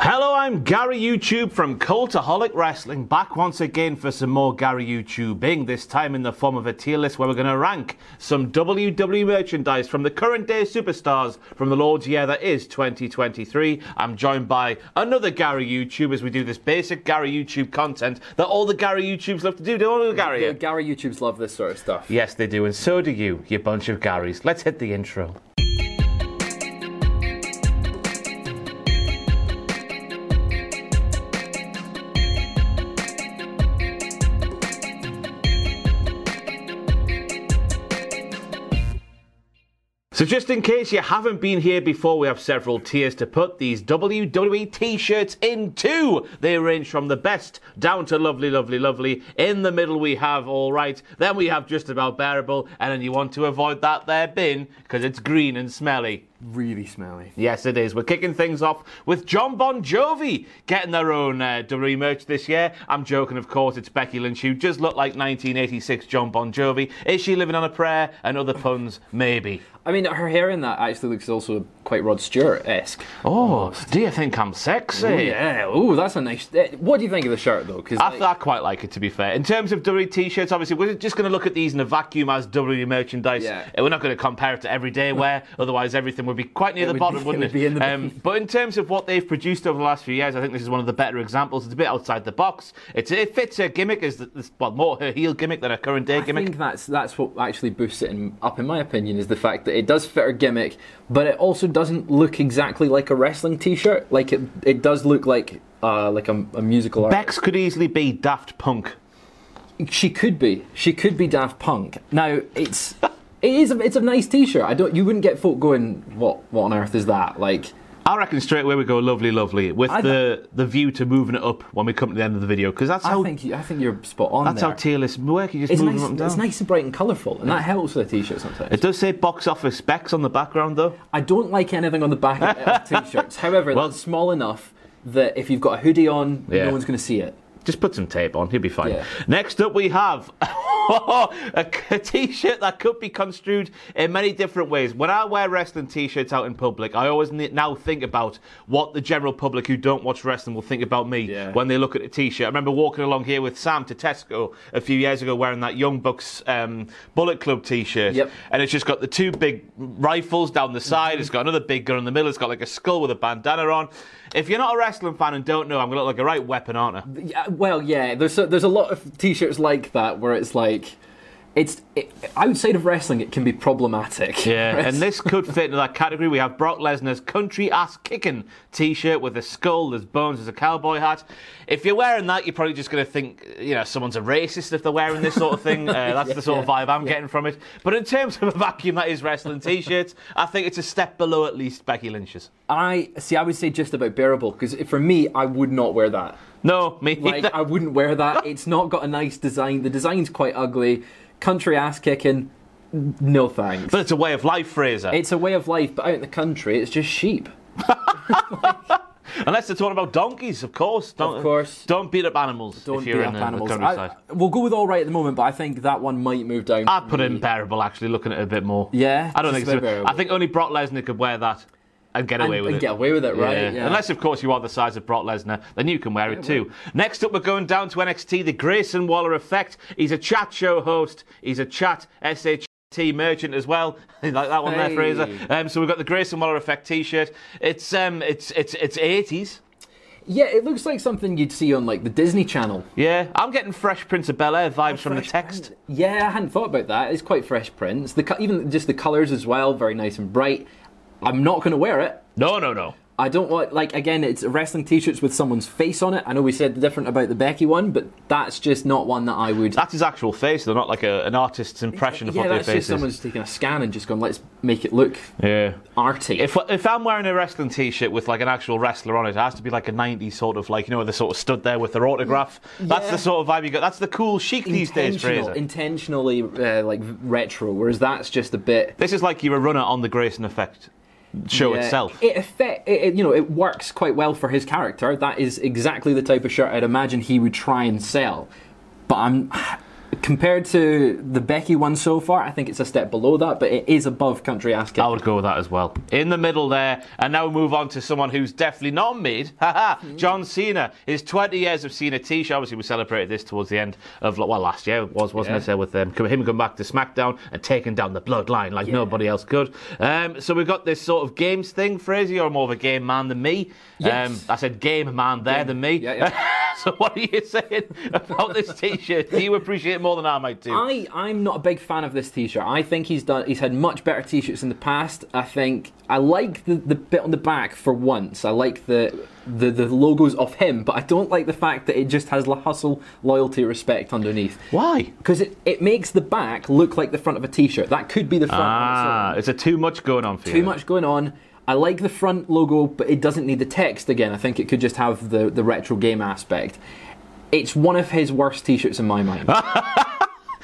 Hello, I'm Gary YouTube from Cultaholic Wrestling, back once again for some more Gary YouTubing, this time in the form of a tier list where we're going to rank some WWE merchandise from the current day superstars from the Lord's Year that is 2023. I'm joined by another Gary YouTube as we do this basic Gary YouTube content that all the Gary YouTubes love to do, don't they, Gary? Yeah, Gary YouTubes love this sort of stuff. Yes, they do, and so do you, you bunch of Garys. Let's hit the intro. So, just in case you haven't been here before, we have several tiers to put these WWE t shirts into. They range from the best down to lovely, lovely, lovely. In the middle, we have all right. Then we have just about bearable. And then you want to avoid that there bin because it's green and smelly. Really smelly. Yes, it is. We're kicking things off with John Bon Jovi getting their own uh, WWE merch this year. I'm joking, of course. It's Becky Lynch, who just looked like 1986 John Bon Jovi. Is she living on a prayer? And other puns, maybe. I mean, her hair in that actually looks also quite Rod Stewart esque. Oh, do you think I'm sexy? Oh, yeah. Ooh, that's a nice. eh, What do you think of the shirt though? Because I, th- I quite like it, to be fair. In terms of WWE t-shirts, obviously, we're just going to look at these in a vacuum as WWE merchandise. Yeah. Uh, We're not going to compare it to everyday wear, otherwise everything would be quite near the would bottom, be- wouldn't it it? Um, would be in the bin. but in terms of what they've produced over the last few years, I think this is one of the better examples. It's a bit outside the box. It's, it fits her gimmick, is the, this, well, more her heel gimmick than her current day I gimmick. think that's that's what actually boosts it in, up, in my opinion, is the fact that it does fit her gimmick, but it also doesn't look exactly like a wrestling T-shirt. Like it, it does look like uh, like a, a musical. artist. Bex could easily be Daft Punk. She could be. She could be Daft Punk. Now it's it is a, it's a nice T-shirt. I don't. You wouldn't get folk going. What what on earth is that? Like I reckon straight away we go lovely, lovely with I- the, the view to moving it up when we come to the end of the video because that's I how think you, I think you're spot on. that's there. how tier lists work. You just It's move nice, them up and down. it's nice and bright and colourful, and that helps with a t-shirt sometimes. It does say box office specs on the background, though. I don't like anything on the back of of t-shirts. However, Well- that's small enough that if you've got a hoodie on, Yeah. no one's going to see it. Just put some tape on, he'll be fine. Yeah. Next up, we have a t shirt that could be construed in many different ways. When I wear wrestling t shirts out in public, I always ne- now think about what the general public who don't watch wrestling will think about me Yeah. when they look at a t shirt. I remember walking along here with Sam to Tesco a few years ago wearing that Young Bucks um, Bullet Club t shirt. Yep. And it's just got the two big rifles down the side. It's got another big gun in the middle. It's got like a skull with a bandana on. If you're not a wrestling fan and don't know, I'm going to look like a right weapon, aren't I? Yeah, well, yeah, there's a, there's a lot of t-shirts like that where it's like, it's it, outside of wrestling, it can be problematic. Yeah, Whereas- and this could fit into that category. We have Brock Lesnar's country ass kicking T-shirt with a skull, there's bones, there's a cowboy hat. If you're wearing that, you're probably just going to think, you know, someone's a racist if they're wearing this sort of thing. Uh, that's the sort of vibe I'm getting from it. But in terms of a vacuum that is wrestling T-shirts, I think it's a step below at least Becky Lynch's. I see. I would say just about bearable because for me, I would not wear that. No, me. Like neither. I wouldn't wear that. It's not got a nice design. The design's quite ugly. Country ass kicking. No thanks. but it's a way of life, Fraser. it's a way of life, but out in the country, it's just sheep. Unless they're talking about donkeys, of course. Don't, course. Don't beat up animals Don't if beat you're in uh, up the, animals. the I- countryside. we'll go with all right at the moment, but I think that one might move down. I'd for put it me. in bearable, actually, looking at it a bit more. Mm. Yeah, I don't just think so. a bit bearable. I think only Brock Lesnar could wear that and get And- away with and it. get away with it, right, yeah. Unless, of course, you are the size of Brock Lesnar, then you can wear it too. Next up, we're going down to NXT, the Grayson Waller effect. He's a chat show host, he's a chat SH. T merchant as well. like that one there, Hey. Fraser. Um, so we've got the Grayson Waller Effect T-shirt. It's um, it's it's it's eighties. Yeah, it looks like something you'd see on like the Disney Channel. Yeah, I'm getting Fresh Prince of Bel Air vibes from the text. Yeah, I hadn't thought about that. It's quite fresh prints. The co- even just the colours as well, very nice and bright. I'm not going to wear it. No, no, no. I don't want like again. It's wrestling T-shirts with someone's face on it. I know we said different about the Becky one, but that's just not one that I would. That's his actual face. They're not like a, an artist's impression of yeah, what that's their face just is. someone's taken a scan and just gone. Let's make it look Yeah. arty. If, if I'm wearing a wrestling T-shirt with like an actual wrestler on it, it has to be like a '90s sort of like you know where they sort of stood there with their autograph. That's Yeah. the sort of vibe you got. That's the cool chic these days, Intentional- Fraser. intentionally uh, like retro, whereas that's just a bit. this is like you're a runner on the Grayson Effect show Yeah, itself. It affect, it, it, you know, it works quite well for his character. That is exactly the type of shirt I'd imagine he would try and sell. But I'm compared to the Becky one so far, I think it's a step below that, but it is above Country Ass Kick. I would go with that as well. In the middle there, and now we move on to someone who's definitely not mid. Haha, Hmm. John Cena. His 20 years of Cena T-shirt. Obviously, we celebrated this towards the end of well last year it was wasn't it? Yeah. uh, With um, him coming back to SmackDown and taking down the Bloodline like nobody else could. Um, so we've got this sort of games thing, Fraser. You're more of a game man than me. Um, Yes. I said game man there than me. Yeah, yeah. so what are you saying about this T-shirt? Do you appreciate it more than I might do? I, I'm not a big fan of this T-shirt. I think he's done. He's had much better T-shirts in the past. I think I like the, the bit on the back for once. I like the, the the logos of him, but I don't like the fact that it just has la- hustle, loyalty, respect underneath. Why? Because it, it makes the back look like the front of a T-shirt. That could be the front. on Ah, its own. is there too much going on for you? too much going on. I like the front logo, but it doesn't need the text again. I think it could just have the, the retro game aspect. It's one of his worst T-shirts in my mind.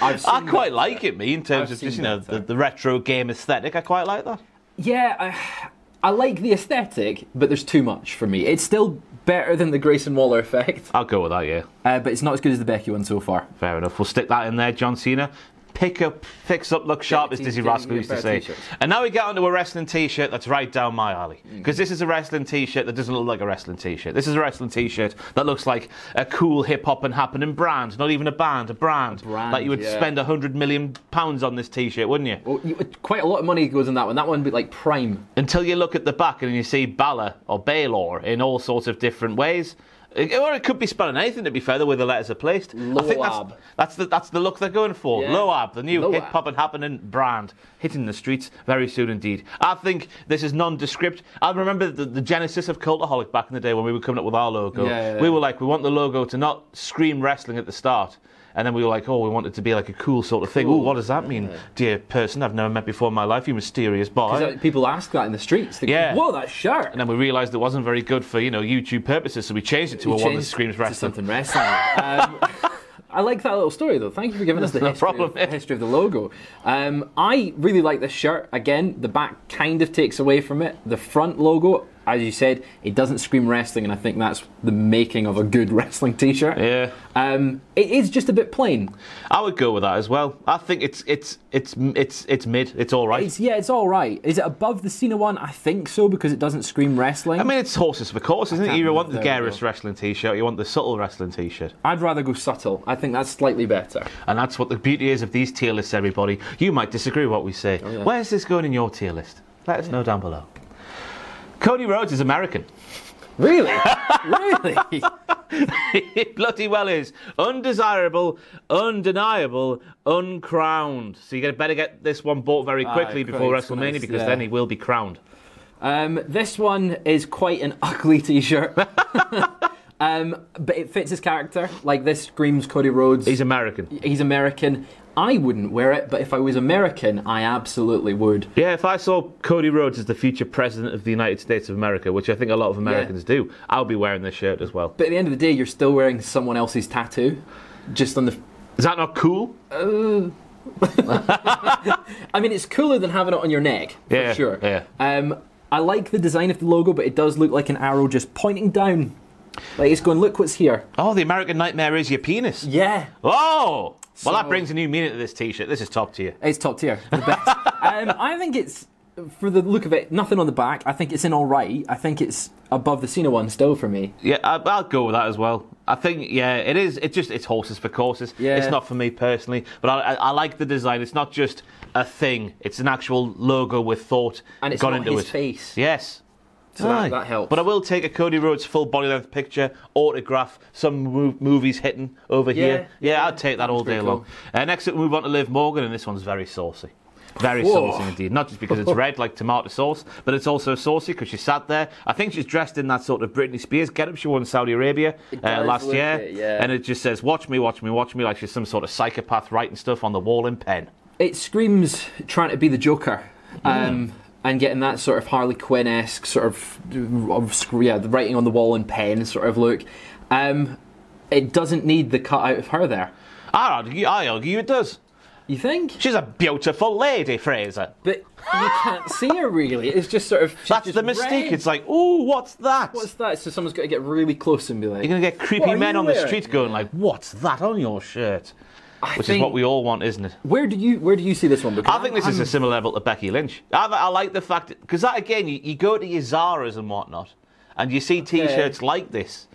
I've I seen quite like it, me, in terms I've of just you seen know that, the, sir. the retro game aesthetic. I quite like that. Yeah, I, I like the aesthetic, but there's too much for me. It's still better than the Grayson Waller effect, I'll go with that. Yeah, uh, but it's not as good as the Becky one so far. fair enough. We'll stick that in there. John Cena, pick up, fix up, look sharp, a as t- Dizzy get a- Rascal get used to better say. t-shirts. And now we get onto a wrestling T-shirt that's right down my alley Mm. because this is a wrestling T-shirt that doesn't look like a wrestling T-shirt. This is a wrestling T-shirt that looks like a cool hip hop and happening brand, not even a band, a brand. brand, like you would yeah. spend a hundred million pounds on this T-shirt, wouldn't you? Well, Oh, you, quite a lot of money goes in that one. That one would be like prime. until you look at the back and you see Balor or Baylor in all sorts of different ways. It- Or it could be spelling anything to be fair, the way the letters are placed. I think that's, Loab. that's, the, that's the look they're going for. Yeah. Loab, the new Loab. hip hop and happening brand, hitting the streets very soon indeed. I think this is nondescript. I remember the, the genesis of Cultaholic back in the day when we were coming up with our logo. Yeah, yeah, We yeah. were like, we want the logo to not scream wrestling at the start. And then we were like, oh, we want it to be like a cool sort of thing. Oh, what does that mean, dear person I've never met before in my life, you mysterious boy? 'Cause that- people ask that in the streets. They go, Yeah. Whoa, that shirt. And then we realised it wasn't very good for you know YouTube purposes, so we changed it to You a one that changed screams to wrestling. something wrestling. Um, I like that little story though. Thank you for giving us the No history, problem, of, mate. history of the logo. Um, I really like this shirt. Again, the back kind of takes away from it. The front logo, as you said, it doesn't scream wrestling, and I think that's the making of a good wrestling T-shirt. Yeah. Um, it is just a bit plain. I would go with that as well. I think it's it's it's it's it's mid. It's all right. It's yeah, it's all right. Is it above the Cena one? I think so because it doesn't scream wrestling. I mean, it's horses for courses, isn't it? You can't- want the there we Garrus go. wrestling T-shirt, you want the subtle wrestling T-shirt, I'd rather go subtle. I think that's slightly better. and that's what the beauty is of these tier lists. Everybody, you might disagree with what we say. Oh, Where's this going in your tier list? Let us know down below. Cody Rhodes is American. Really, really. it bloody well is. Undesirable, undeniable, uncrowned. So you better get this one bought very quickly before Christ, WrestleMania nice, because Ah, yeah. then he will be crowned. Um, this one is quite an ugly T-shirt, um, but it fits his character. Like this screams Cody Rhodes. He's American. He's American. I wouldn't wear it, but if I was American, I absolutely would. Yeah, if I saw Cody Rhodes as the future president of the United States of America, which I think a lot of Americans do, I'll be wearing this shirt as well. But at the end of the day, you're still wearing someone else's tattoo, just on the. Is that not cool? I mean, it's cooler than having it on your neck for Yeah, sure. yeah. Um, I like the design of the logo, but it does look like an arrow just pointing down. Like it's going, look what's here. Oh, the American nightmare is your penis. Yeah. Oh! So- well, that brings a new meaning to this t shirt. This is top tier. It's top tier. The best. um, I think it's for the look of it, nothing on the back. I think it's in all right. I think it's above the Cena one still for me. Yeah, I, I'll go with that as well. I think, yeah, it is. It just it's horses for courses. Yeah. It's not for me personally, but I, I, I like the design. It's not just a thing. It's an actual logo with thought And it's gone not into his it. face. Yes. So that- Aye. that helps. But I will take a Cody Rhodes full body length picture, autograph, some mo- movies hitting over Yeah, here. Yeah, I'd take that all That's day pretty long. Uh, next up, we move on to Liv Morgan, and this one's very saucy. Very Whoa. saucy indeed. Not just because it's red like tomato sauce, but it's also saucy because she sat there. I think she's dressed in that sort of Britney Spears getup she wore in Saudi Arabia uh, does last look year. it, yeah. And it just says, Watch me, watch me, watch me, like she's some sort of psychopath writing stuff on the wall in pen. it screams trying to be the Joker, um, and getting that sort of Harley Quinn esque sort of, of sc- yeah, the writing on the wall in pen sort of look. Um, it doesn't need the cut out of her there. I Ah, argue, I argue it does. You think? She's a beautiful lady, Fraser. But you can't see her really. It's just sort of she's That's just the mistake. red. It's like, ooh, what's that? what's that? So someone's got to get really close and be like, You're going to get "What creepy are men you on the wearing?" street going like, what's that on your shirt? I Which is think- what we all want, isn't it? Where do you where do you see this one? Because I think this is I'm- a similar level to Becky Lynch. I, I like the fact because that again, you, you go to your Zara's and whatnot, and you see T-shirts like this.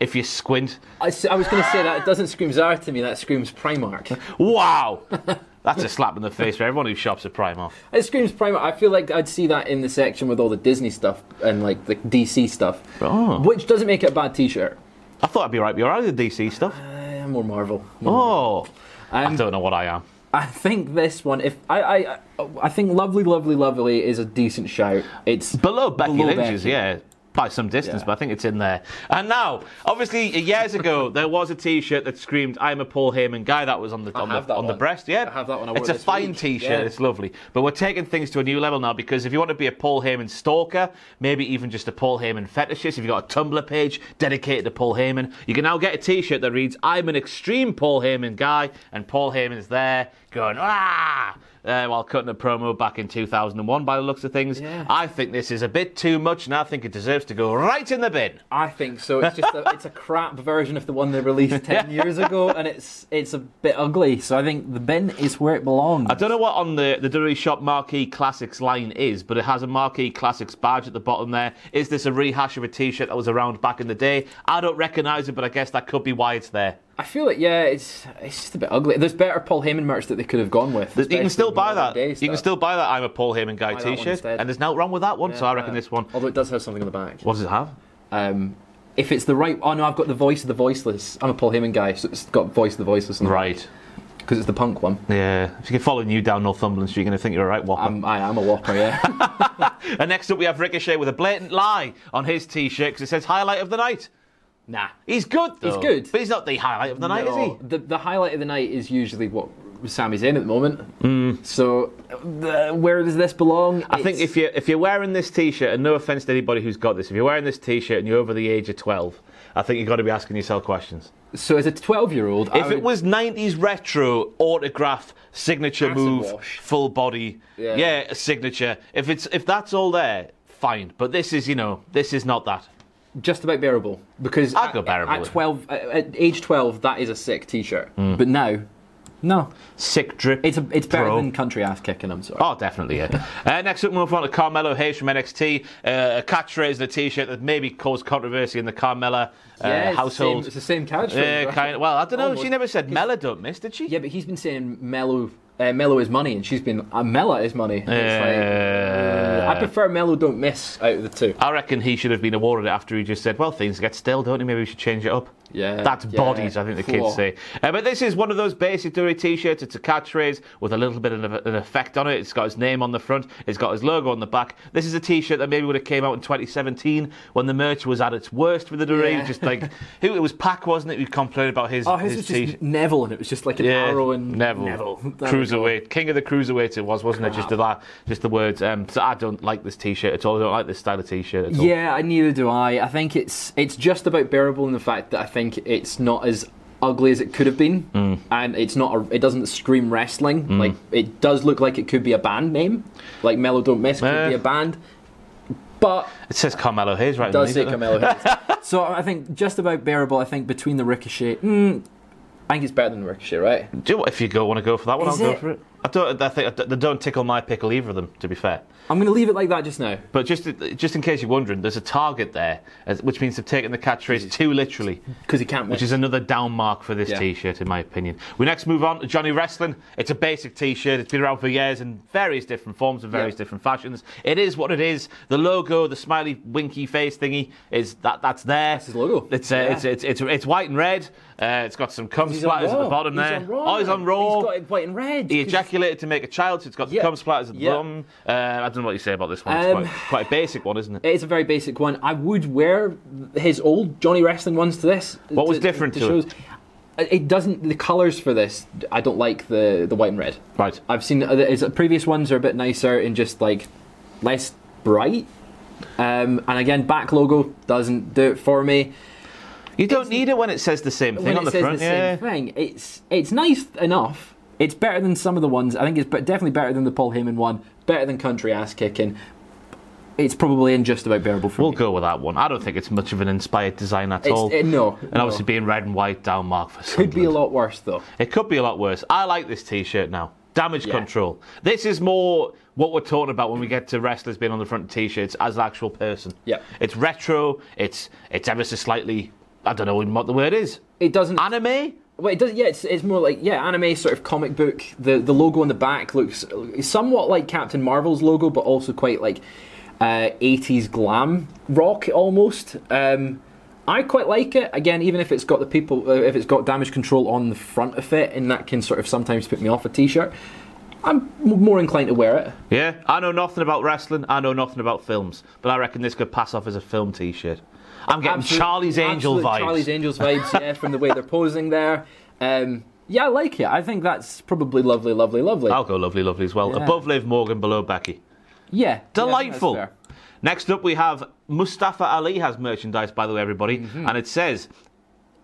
If you squint, I, s- I was going to say that it doesn't scream Zara to me. That screams Primark. wow, that's a slap in the face for everyone who shops at Primark. It screams Primark. I feel like I'd see that in the section with all the Disney stuff and like the DC stuff, Oh. which doesn't make it a bad T-shirt. I thought I'd be right, but you're out of the DC stuff. Eh, more Marvel. Oh, I Um, don't know what I am. I think this one. If I, I, I think lovely, lovely, lovely is a decent shout. It's Below Becky Below Lynch's, Becky. yeah. By some distance, Yeah. but I think it's in there. And now, obviously, years ago, there was a T-shirt that screamed "I'm a Paul Heyman guy." That was on the on, the, have that on the one. breast. Yeah, I have that one. I it's wore a this fine week. T-shirt. Yeah. It's lovely. But we're taking things to a new level now because if you want to be a Paul Heyman stalker, maybe even just a Paul Heyman fetishist, if you've got a Tumblr page dedicated to Paul Heyman, you can now get a T-shirt that reads "I'm an extreme Paul Heyman guy," and Paul Heyman's there going ah. Uh, while cutting a promo back in 2001, by the looks of things, Yeah. I think this is a bit too much, and I think it deserves to go right in the bin. I think so. It's just a, it's a crap version of the one they released ten years ago, and it's it's a bit ugly. So I think the bin is where it belongs. I don't know what on the the WWE shop marquee classics line is, but it has a marquee classics badge at the bottom there. Is this a rehash of a T-shirt that was around back in the day? I don't recognise it, but I guess that could be why it's there. I feel like yeah, it's it's just a bit ugly. There's better Paul Heyman merch that they could have gone with. you can especially still with buy modern that. day You can stuff. still buy that I'm a Paul Heyman guy Buy that one T-shirt, instead. and there's no wrong with that one. so I reckon Yeah. Oh. this one. Although it does have something on the back. What does it have? Um, if it's the right, oh no, I've got the voice of the voiceless. I'm a Paul Heyman guy, so it's got voice of the voiceless. on the Right. because it's the punk one. Yeah. If you can follow you down Northumberland Street, you're going to think you're a right whopper. I'm, I am a whopper, yeah. and next up, we have Ricochet with a blatant lie on his T-shirt because it says highlight of the night. nah, He's good though. He's good. but he's not the highlight of the night, is he? The, the highlight of the night is usually what Sammy's in at the moment. Mm. So uh, where does this belong? Hmm. I think if you're if you're wearing this T-shirt, and no offense to anybody who's got this, if you're wearing this T-shirt and you're over the age of twelve, I think you've got to be asking yourself questions. so, as a 12 year old, if it was '90s retro autograph signature Acid move, wash. full body, yeah. Yeah. signature. If it's if that's all there, fine. But this is you know this is not that. just about bearable because I'd at, go bearable at with it. Mm. 12, at, at age 12, that is a sick T-shirt. But now, no, Sick drip. it's a, it's better bro. than country ass kicking. I'm sorry. Oh, definitely, yeah. uh, next up, we move on to Carmelo Hayes from NXT. Uh, a catchphrase and a T-shirt that maybe caused controversy in the Carmella uh, Yeah, it's the household. same- it's the same catchphrase, Yeah, right? Uh, kind well, I don't know. She Almost. never said Mella don't miss, did she? Yeah, but he's been saying Mello, uh, Mello is money, and she's been uh, Mella is money. And it's like, Yeah. uh, I prefer Mello don't miss out of the two. I reckon he should have been awarded it after he just said, "Well, things get stale, don't they? Maybe we should change it up." Yeah, that's yeah. bodies. I think the kids Cool. say. Uh, but this is one of those basic Dury T-shirts. It's a catchphrase with a little bit of an effect on it. It's got his name on the front. It's got his logo on the back. This is a T-shirt that maybe would have came out in 2017 when the merch was at its worst for the Dury. Yeah. Just like who it was, Pack wasn't it? Who complained about his Oh, his, his was T-shirt. just Neville, and it was just like an arrow and Neville, There we go. cruiserweight, king of the cruiserweight. It was, Ah. wasn't it? Just the la- just the words. Um, so I don't like this T-shirt at all. I don't like this style of T-shirt at all. Yeah, I neither do I. I think it's it's just about bearable in the fact that I think it's not as ugly as it could have been, Mm. and it's not. A, it doesn't scream wrestling. Like it does look like it could be a band name, like Mello Don't Miss could Eh. be a band, but It says Carmelo Hayes right does say underneath it. Carmelo Hayes. so I think just about bearable. I think between the Ricochet, mm, I think it's better than Ricochet, right? Do you- if you go want to go for that one, Is I'll go it? for it. I don't. I think they don't tickle my pickle either of them. To be fair, I'm going to leave it like that just now. but just just in case you're wondering, there's a target there, as- which means they've taken the catchphrase too literally. 'Cause he can't Which miss. is another down mark for this Yeah. T-shirt, in my opinion. We next move on to Johnny Wrestling. It's a basic T-shirt. It's been around for years in various different forms and various Yeah. different fashions. It is what it is. The logo, the smiley winky face thingy, is that that's there. That's his logo. It's uh, Yeah. it's, it's it's it's white and red. Uh, it's got some cum He's on splatters at Raw. the bottom He's there. on Raw. oh, he's on Raw. He's got it white and red. He 'cause- ejaculated to make a child, so it's got the Yeah. cum splatters at the Yeah. bottom. Uh, I don't know what you say about this one. It's Um, quite, quite a basic one, isn't it? It is a very basic one. I would wear his old Johnny Wrestling ones to this. What was different to it? it? It doesn't. The colours for this, I don't like the the white and red. Right. I've seen other- is previous ones are a bit nicer and just like less bright. Um, and again, back logo doesn't do it for me. You don't need it when it says the same thing when on it the says front. the yeah. same thing, it's it's nice enough. It's better than some of the ones. I think it's be- definitely better than the Paul Heyman one. Better than country ass kicking. It's probably in just about bearable for We'll me. go with that one. I don't think it's much of an inspired design at It's- all. eh, no, And no. obviously being red and white down mark for Could be a Sunderland. lot worse though. It could be a lot worse. I like this T-shirt now. Damage Yeah. control. This is more what we're talking about when we get to wrestlers being on the front of T-shirts as the actual person. Yeah. It's retro. It's it's ever so slightly. I don't know what the word is. It doesn't. Anime. Well, it does. Yeah, it's, it's more like yeah, anime sort of comic book. The the logo on the back looks somewhat like Captain Marvel's logo, but also quite like uh, 80s glam rock almost. Um, I quite like it. Again, even if it's got the people, uh, if it's got damage control on the front of it, and that can sort of sometimes put me off a t-shirt. I'm m- more inclined to wear it. Yeah, I know nothing about wrestling. I know nothing about films, but I reckon this could pass off as a film T-shirt. I'm getting Absolute- Charlie's Angel absolute vibes. Charlie's Angels vibes, yeah, from the way they're posing there. Um, yeah, I like it. I think that's probably lovely, lovely, lovely. I'll go lovely, lovely as well. Yeah. Above Liv Morgan, below Becky. yeah, yeah, I think that's Delightful. fair. Next up, we have Mustafa Ali has merchandise, by the way, everybody, Mm-hmm. and it says.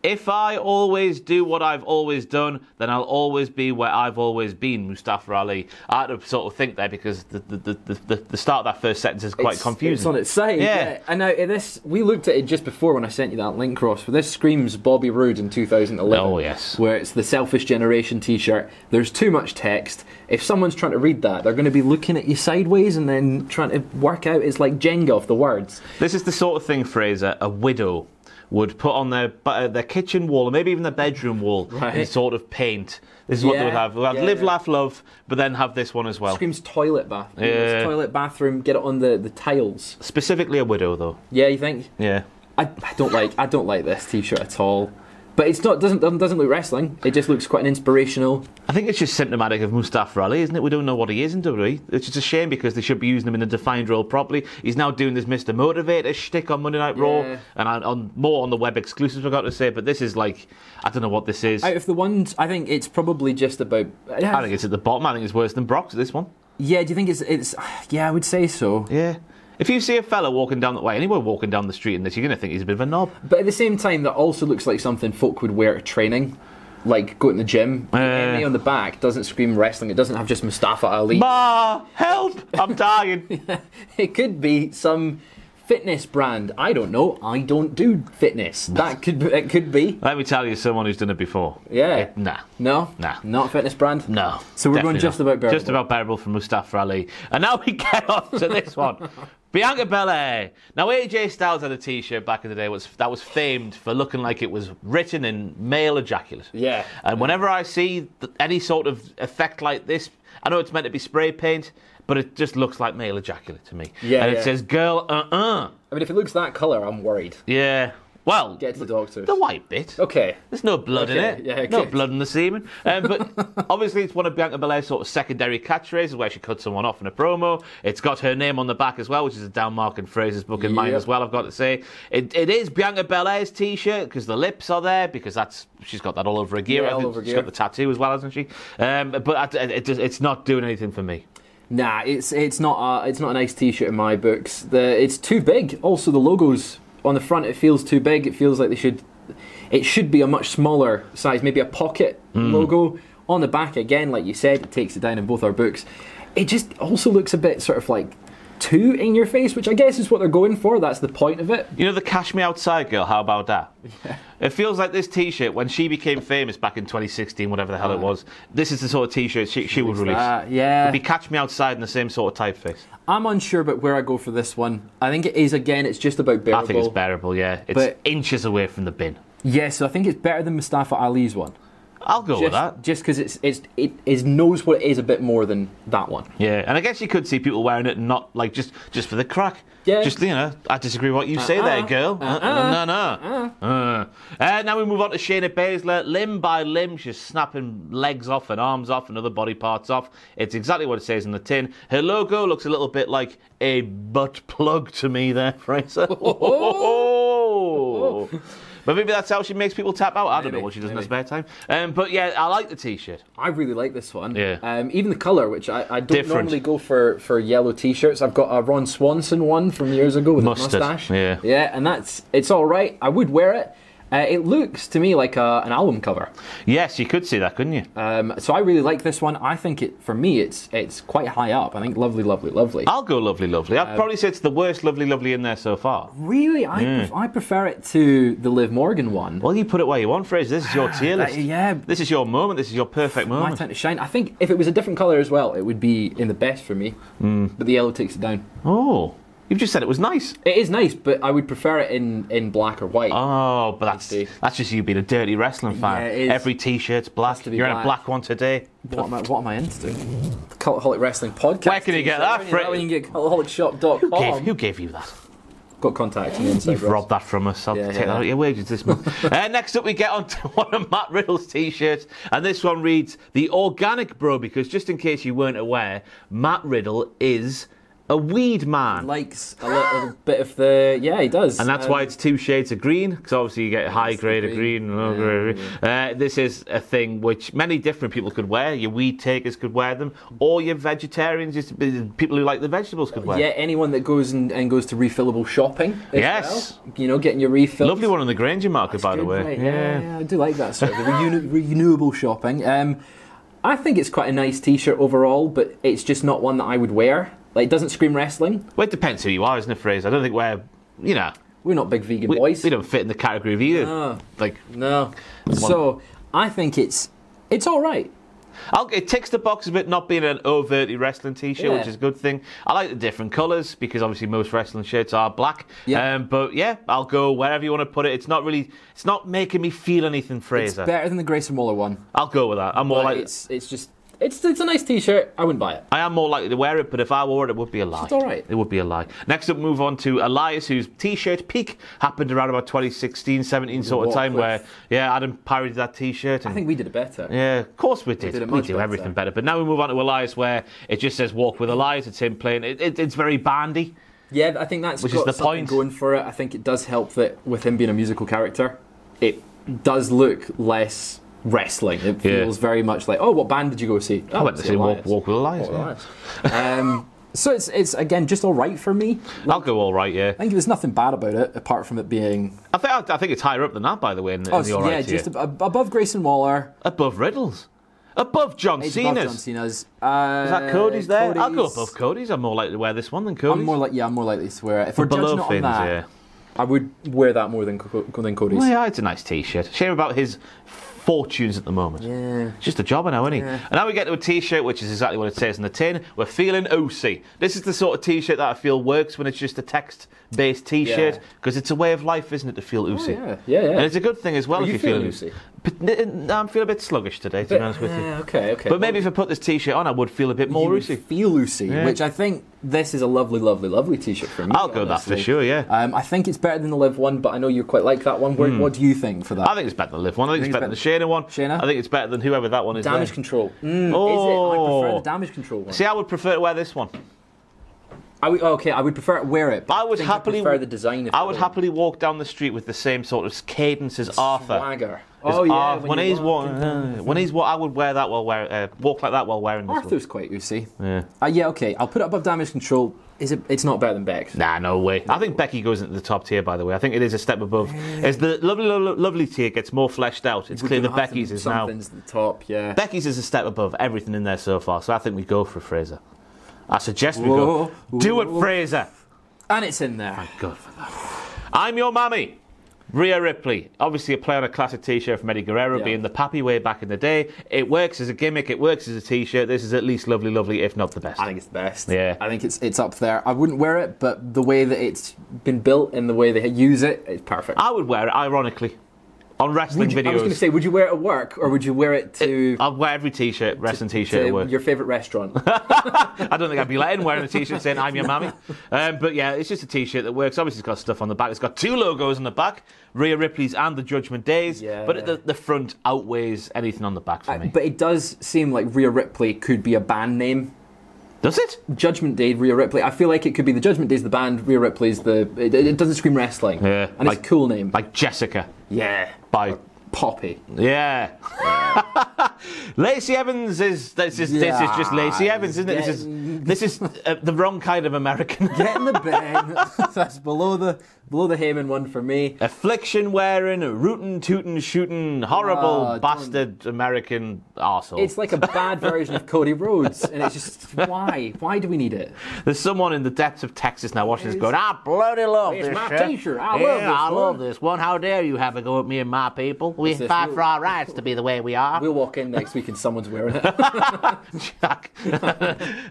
If I always do what I've always done, then I'll always be where I've always been, Mustafa Ali. I had to sort of think there because the, the, the, the, the start of that first sentence is quite it's, confusing. It's on its side. Yeah. Yeah. And now uh, this, we looked at it just before when I sent you that link, Ross. But this screams Bobby Roode in 2011. Oh, yes. Where it's the Selfish Generation T-shirt. There's too much text. If someone's trying to read that, they're going to be looking at you sideways and then trying to work out. It's like Jenga of the words. This is the sort of thing, Fraser, a widow would put on their bu- uh, their kitchen wall, or maybe even their bedroom wall, in Right. sort of paint. This is what they Yeah, would have. They would have yeah, live, yeah. laugh, love, but then have this one as well. Screams toilet bath. Oh. Yeah. It's toilet bathroom. Get it on the the tiles. Specifically a widow, though. Yeah, you think? Yeah. I, I don't like I don't like this T-shirt at all. But it's not doesn't doesn't look wrestling. It just looks quite an inspirational I think it's just symptomatic of Mustafa Ali, isn't it? We don't know what he is in WWE. It's just a shame because they should be using him in a defined role properly. He's now doing this Mr. Motivator shtick on Monday Night Raw, Yeah. and on, on more on the web exclusives, I got to say. But this is like, I don't know what this is. Out I, of the ones, I think it's probably just about. Yeah, think it's at the bottom. I think it's worse than Brock's. This one. yeah, do you think it's it's? Yeah, I would say so. Yeah. If you see a fella walking down the way, anyone walking down the street in this, you're going to think he's a bit of a knob. But at the same time, that also looks like something folk would wear at training, like go to the gym. The Yeah. MA on the back doesn't scream wrestling. It doesn't have just Mustafa Ali. Ma, help! I'm dying. it could be some fitness brand. I don't know. I don't do fitness. That could be, it could be. Let me tell you, someone who's done it before. Yeah. It- nah. No, Nah. not a fitness brand. No. So we're definitely going just not. about bearable. Just about bearable from Mustafa Ali. And now we get on to this one. Bianca Belair. Now AJ Styles had a T-shirt back in the day was that was famed for looking like it was written in male ejaculate. Yeah. And whenever I see th- any sort of effect like this, I know it's meant to be spray paint, but it just looks like male ejaculate to me. Yeah, And it yeah. says girl, uh, uh. I mean, if it looks that colour, I'm worried. Yeah. Well, Get to the doctors. the white bit. Okay. There's no blood in Okay, it. yeah, okay. No blood in the semen. Um, but obviously, it's one of Bianca Belair's sort of secondary catchphrases where she cuts someone off in a promo. It's got her name on the back as well, which is a down mark in Fraser's book and mine Yep. as well, I've got to say. It, it is Bianca Belair's t shirt because the lips are there because that's she's got that all over her gear. Yeah, I all think over she's gear. got the tattoo as well, hasn't she? Um, but I, it, just- it's not doing anything for me. Nah, it's it's not a, it's not a nice T-shirt in my books. The it's too big. Also, the logos on the front it feels too big. It feels like they should it should be a much smaller size, maybe a pocket Hmm. logo on the back. Again, like you said, it takes it down in both our books. It just also looks a bit sort of like too in your face, which I guess is what they're going for. That's the point of it. You know the Cash Me Outside girl, how about that? It feels like this t shirt, when she became famous back in 2016, whatever the hell it was, this is the sort of t shirt she, she would release. Ah. that, Uh, yeah. It'd be Catch Me Outside in the same sort of typeface. I'm unsure about where I go for this one. I think it is again. It's just about bearable. I think it's bearable, yeah. It's But- inches away from the bin. Yeah, so I think it's better than Mustafa Ali's one. I'll go with Just- Oh, that. Just because it's it's it is knows what it is a bit more than that one. Yeah, and I guess you could see people wearing it not like just just for the crack. Yeah. Uh-uh. Just you know, I disagree with what you say there, girl. Uh, no, no. Uh. Uh, now we move on to Shayna Baszler. Limb by limb, she's snapping legs off and arms off and other body parts off. It's exactly what it says in the tin. Her logo looks a little bit like a butt plug to me there, Fraser. But maybe that's how she makes people tap out. I don't know Oh. Maybe, what she does in her maybe. spare time. Um, but yeah, I like the t-shirt. I really like this one. Yeah. Um, even the color, which I, I don't Different. normally go for for yellow t-shirts. I've got a Ron Swanson one from years ago with Mustard, a mustache. yeah. Yeah, and that's it's all right. I would wear it. Uh, it looks to me like a, an album cover. Yes, you could see that, couldn't you? Um, so I really like this one. I think it for me it's it's quite high up. I think lovely, lovely, lovely. I'll go lovely, lovely. Uh, I'd probably say it's the worst lovely, lovely in there so far. really, I Hmm. pref- I prefer it to the Liv Morgan one. Well, you put it where you want, Fraser. This is your tier That- list. yeah. This is your moment. This is your perfect My moment. time to shine. I think if it was a different colour as well, it would be in the best for me. Hmm. But the yellow takes it down. Oh, you've just said it was nice. It is nice, but I would prefer it in, in black or white. Oh, but that's see. that's just you being a dirty wrestling fan. Yeah, it is. Every t-shirt's black. to be You're in a black. black one today. What am I, what am I into? The Cultaholic Wrestling Podcast. Where can you get that, Fred? Fred? You can get cultaholicshop.com. Gave- who gave you that? Got contact me You've robbed that from us. I'll Yeah, take yeah. that out of your wages this month. uh, next up, we get on to one of Matt Riddle's t shirts, and this one reads The Organic Bro, because just in case you weren't aware, Matt Riddle is a weed man. Likes a little bit of the. Yeah, he does. and that's Um, why it's two shades of green, because obviously you get high it's the grade of green and green. low Yeah, grade. of green. Uh, this is a thing which many different people could wear. Your weed takers could wear them, or your vegetarians, just people who like the vegetables could wear. Yeah, anyone that goes and, and goes to refillable shopping. as Yes. well. You know, getting your refill. Lovely one on the Granger Market, by the way. Yeah. yeah, I do like that sort of the renew- renewable shopping. Um, I think it's quite a nice T-shirt overall, but it's just not one that I would wear. Like, it doesn't scream wrestling. Well, it depends who you are, isn't it, Fraser? I don't think we're, you know, We're not big vegan we, boys. we don't fit in the category of either. Like, No. So I think it's it's all right. I'll, it ticks the box of it not being an overtly wrestling t-shirt, Yeah. which is a good thing. I like the different colours because obviously most wrestling shirts are black. Yeah. Um, but yeah, I'll go wherever you want to put it. It's not really, it's not making me feel anything, It's Fraser. better than the Grayson Waller one. I'll go with that. I'm more But like, it's it's just it's it's a nice T-shirt. I wouldn't buy it. I am more likely to wear it, but if I wore it, it would be a lie. It's all right. It would be a lie. Next up, move on to Elias, whose T-shirt peak happened around about 2016, 17 sort of What time with- where, yeah, Adam parried that T-shirt. And I think we did it better. Yeah, of course we did. We, did it much do better. everything better. But now we move on to Elias, where it just says "Walk with Elias." It's him playing. It, it, it's very bandy. Yeah, I think that's Which is got the something point. going for it. I think it does help that with him being a musical character, it does look less wrestling. It Yeah. feels very much like, oh, what band did you go see? I went to see Walk, Elias. Walk with Elias. Walk yeah. Elias. um, so it's it's again just all right for me. I'll go all right. Yeah, I think there's nothing bad about it apart from it being I think I think it's higher up than that. By the way, in, the- in the all Oh, yeah, right tier. just ab- above Grayson Waller. above Riddles, above John It's Cena's. above John Cena's. Uh, Is that Cody's there? I'll go Cody's. above Cody's. I'm more likely to wear this one than Cody's. I'm more like yeah, I'm more likely to swear it. If we're below judging it on Finn's, that, yeah. I would wear that more than Co- Co- than Cody's. Well, yeah, it's a nice T-shirt. Shame about his fortunes at the moment. Yeah, it's just a job now, isn't he? And now we get to a T-shirt, which is exactly what it says in the tin. We're feeling OC. This is the sort of T-shirt that I feel works when it's just a text-based T-shirt Yeah. because it's a way of life, isn't it, to feel OC? yeah. Yeah, yeah. And it's a good thing as well Are if you you feel feeling OC. OC? But, n- n- I'm feeling a bit sluggish today, to be honest with you. Yeah, okay, okay. But maybe if I put this T-shirt on, I would feel a bit more you OC. feel Lucy, which I think this is a lovely, lovely, lovely T-shirt for me. I'll go that for honestly. sure, yeah. Hmm. um, I think it's better than the Live one, but I know you quite like that one. Where, What do you think for that? I think it's better than the Liv one. I think, it's better, than the Shayna one. Shayna? I think it's better than whoever that one is. damage there. control. Mm, Oh. Is it? I prefer the damage control one. See, I would prefer to wear this one. I would, oh, okay, I would prefer to wear it. But I would think happily prefer the design. Of I it would though. happily walk down the street with the same sort of cadence as Arthur. Swagger. As Oh, yeah, Arth- when when, you he's walk walking, when he's what I would wear that while wear uh, walk like that while wearing this. Arthur's quite oosy. Yeah. Uh, yeah. Okay. I'll put it above damage control. Is it? It's not better than Beck. one. Nah, no way. I think Becky goes into the top tier. By the way, I think it is a step above. As the lovely, lovely, lovely tier gets more fleshed out, it's clear that Becky's is now. Something's at the top. Yeah. Becky's is a step above everything in there so far. So I think we go for Fraser. I suggest we go. Whoa, Do whoa. it, Fraser. And it's in there. God for that. I'm your mammy. Rhea Ripley, obviously a play on a classic T-shirt from Eddie Guerrero, Yeah. being the pappy way back in the day. It works as a gimmick. It works as a T-shirt. This is at least lovely, lovely, if not the best. I think it's the best. Yeah. I think it's it's up there. I wouldn't wear it, but the way that it's been built and the way they use it, it's perfect. I would wear it, ironically, on wrestling Would you- videos. I was going to say, would you wear it at work or would you wear it to, I'd wear every T-shirt, wrestling T-shirt. at to work. your favourite restaurant? I don't think I'd be letting wearing a t-shirt saying I'm your mammy. Um, but yeah, it's just a t-shirt that works. Obviously, it's got stuff on the back. It's got two logos on the back, Rhea Ripley's and the Judgment Days. Yeah. But the, the front outweighs anything on the back for me. but it does seem like Rhea Ripley could be a band name. Does it? Judgment Day, Rhea Ripley. I feel like it could be the Judgment Day's the band, Rhea Ripley's the. It, it doesn't scream wrestling. Yeah. And Like- it's a cool name. Like Jessica yeah. by Poppy. yeah. Lacey Evans is this is this is just Lacey Yeah, Evans, isn't it? This is this is uh, the wrong kind of American. Get in the bed. That's below the below the Heyman one for me. Affliction wearing, rootin' tootin' shooting, horrible Ah, don't- bastard American arsehole. It's like a bad version of Cody Rhodes, and it's just why? Why do we need it? There's someone in the depths of Texas now watching this going, I bloody love It's this my shirt. t-shirt. I love yeah, this I love one." this one. How dare you have a go at me and my people? We It's this fight little- for our rights to be the way we are. We'll walk in next week and someone's wearing it. Jack.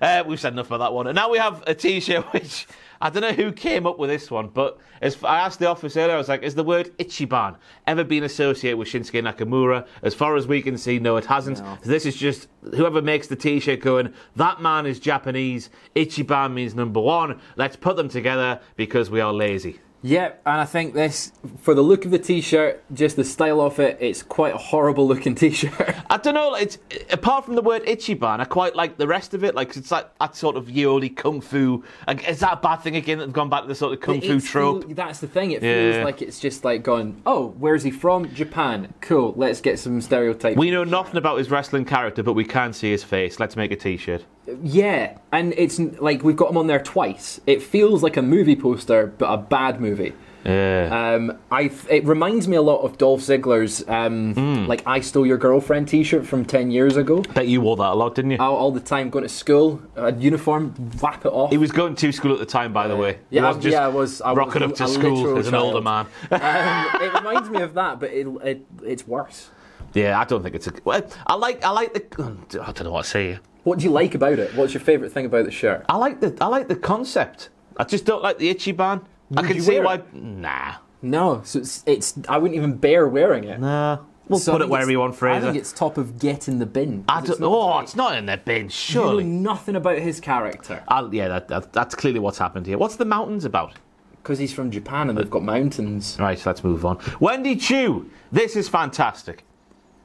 uh, we've said enough about that one. And now we have a T-shirt which I don't know who came up with this one, but as I asked the office earlier, I was like, "Is the word Ichiban ever been associated with Shinsuke Nakamura?" As far as we can see, no, it hasn't. This is just whoever makes the T-shirt going. That man is Japanese. Ichiban means number one. Let's put them together because we are lazy. Yep, and I think this for the look of the t-shirt, just the style of it, it's quite a horrible looking t-shirt. I don't know. It's apart from the word Ichiban, I quite like the rest of it. Like it's like that sort of yoli kung fu. Like, is that a bad thing again? That they've gone back to the sort of kung It's fu the- trope. that's the thing. It feels Yeah. like it's just like going, oh, where's he from? Japan. Cool. Let's get some stereotypes. We know nothing about his wrestling character, but we can see his face. Let's make a T-shirt. yeah, and it's n- like we've got him on there twice. It feels like a movie poster, but a bad movie. Yeah. Um, I th- it reminds me a lot of Dolph Ziggler's um, Hmm. like I stole your girlfriend T-shirt from ten years ago. Uh, Bet you wore that a lot, didn't you? Out all the time, going to school, a uniform, whap it off. he was going to school at the time, by the way. He Yeah, was I- just yeah, I was- I was rocking a- up to a school literal as an child. older man. um, it reminds me of that, but it, it it's worse. yeah, I don't think it's a. Well, I like, I like the. I don't know what to say. What do you like about it? What's your favourite thing about the shirt? I like the, I like the concept. I just don't like the Ichiban. I can you see wear why. it? Nah. No, so it's, it's I wouldn't even bear wearing it. Nah. We'll So I put it think wherever it's- you want, Fraser. I think it's top of get in the bin. 'cause I don't, it's not oh, right. it's not in the bin, You know surely. nothing about his character I'll, yeah, that, that, that's clearly what's happened here. What's the mountains about? because he's from Japan and they've got mountains. Right, let's move on. Wendy Chu, this is fantastic.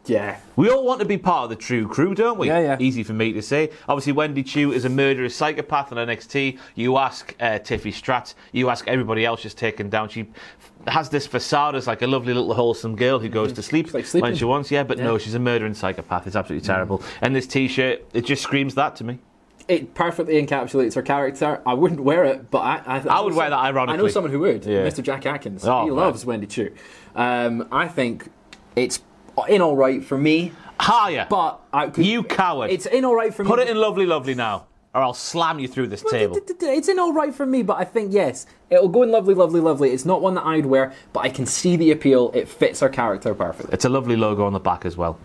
Yeah, We all want to be part of the true crew, don't we? Yeah, yeah. Easy for me to say. Obviously, Wendy Chu is a murderous psychopath on NXT. You ask uh, Tiffy Strat, you ask everybody else she's taken down. She has this facade as like a lovely little wholesome girl who goes to sleep She's like when sleeping. Mm. she wants, yeah, but no, she's a murdering psychopath. It's absolutely terrible. And this t shirt, it just screams that to me. it perfectly encapsulates her character. I wouldn't wear it, but I I, I would wear know some- that I know ironically. someone who would. Yeah. Mr. Jack Atkins. Oh, he right. loves Wendy Chu. Um, I think it's in all right for me, Higher! but I could, You coward. It's in all right for me. Put but- it in lovely, lovely now, or I'll slam you through this table. It's in all right for me, but I think yes, it'll go in lovely, lovely, lovely. It's not one that I'd wear, but I can see the appeal. It fits her character perfectly. It's a lovely logo on the back as well.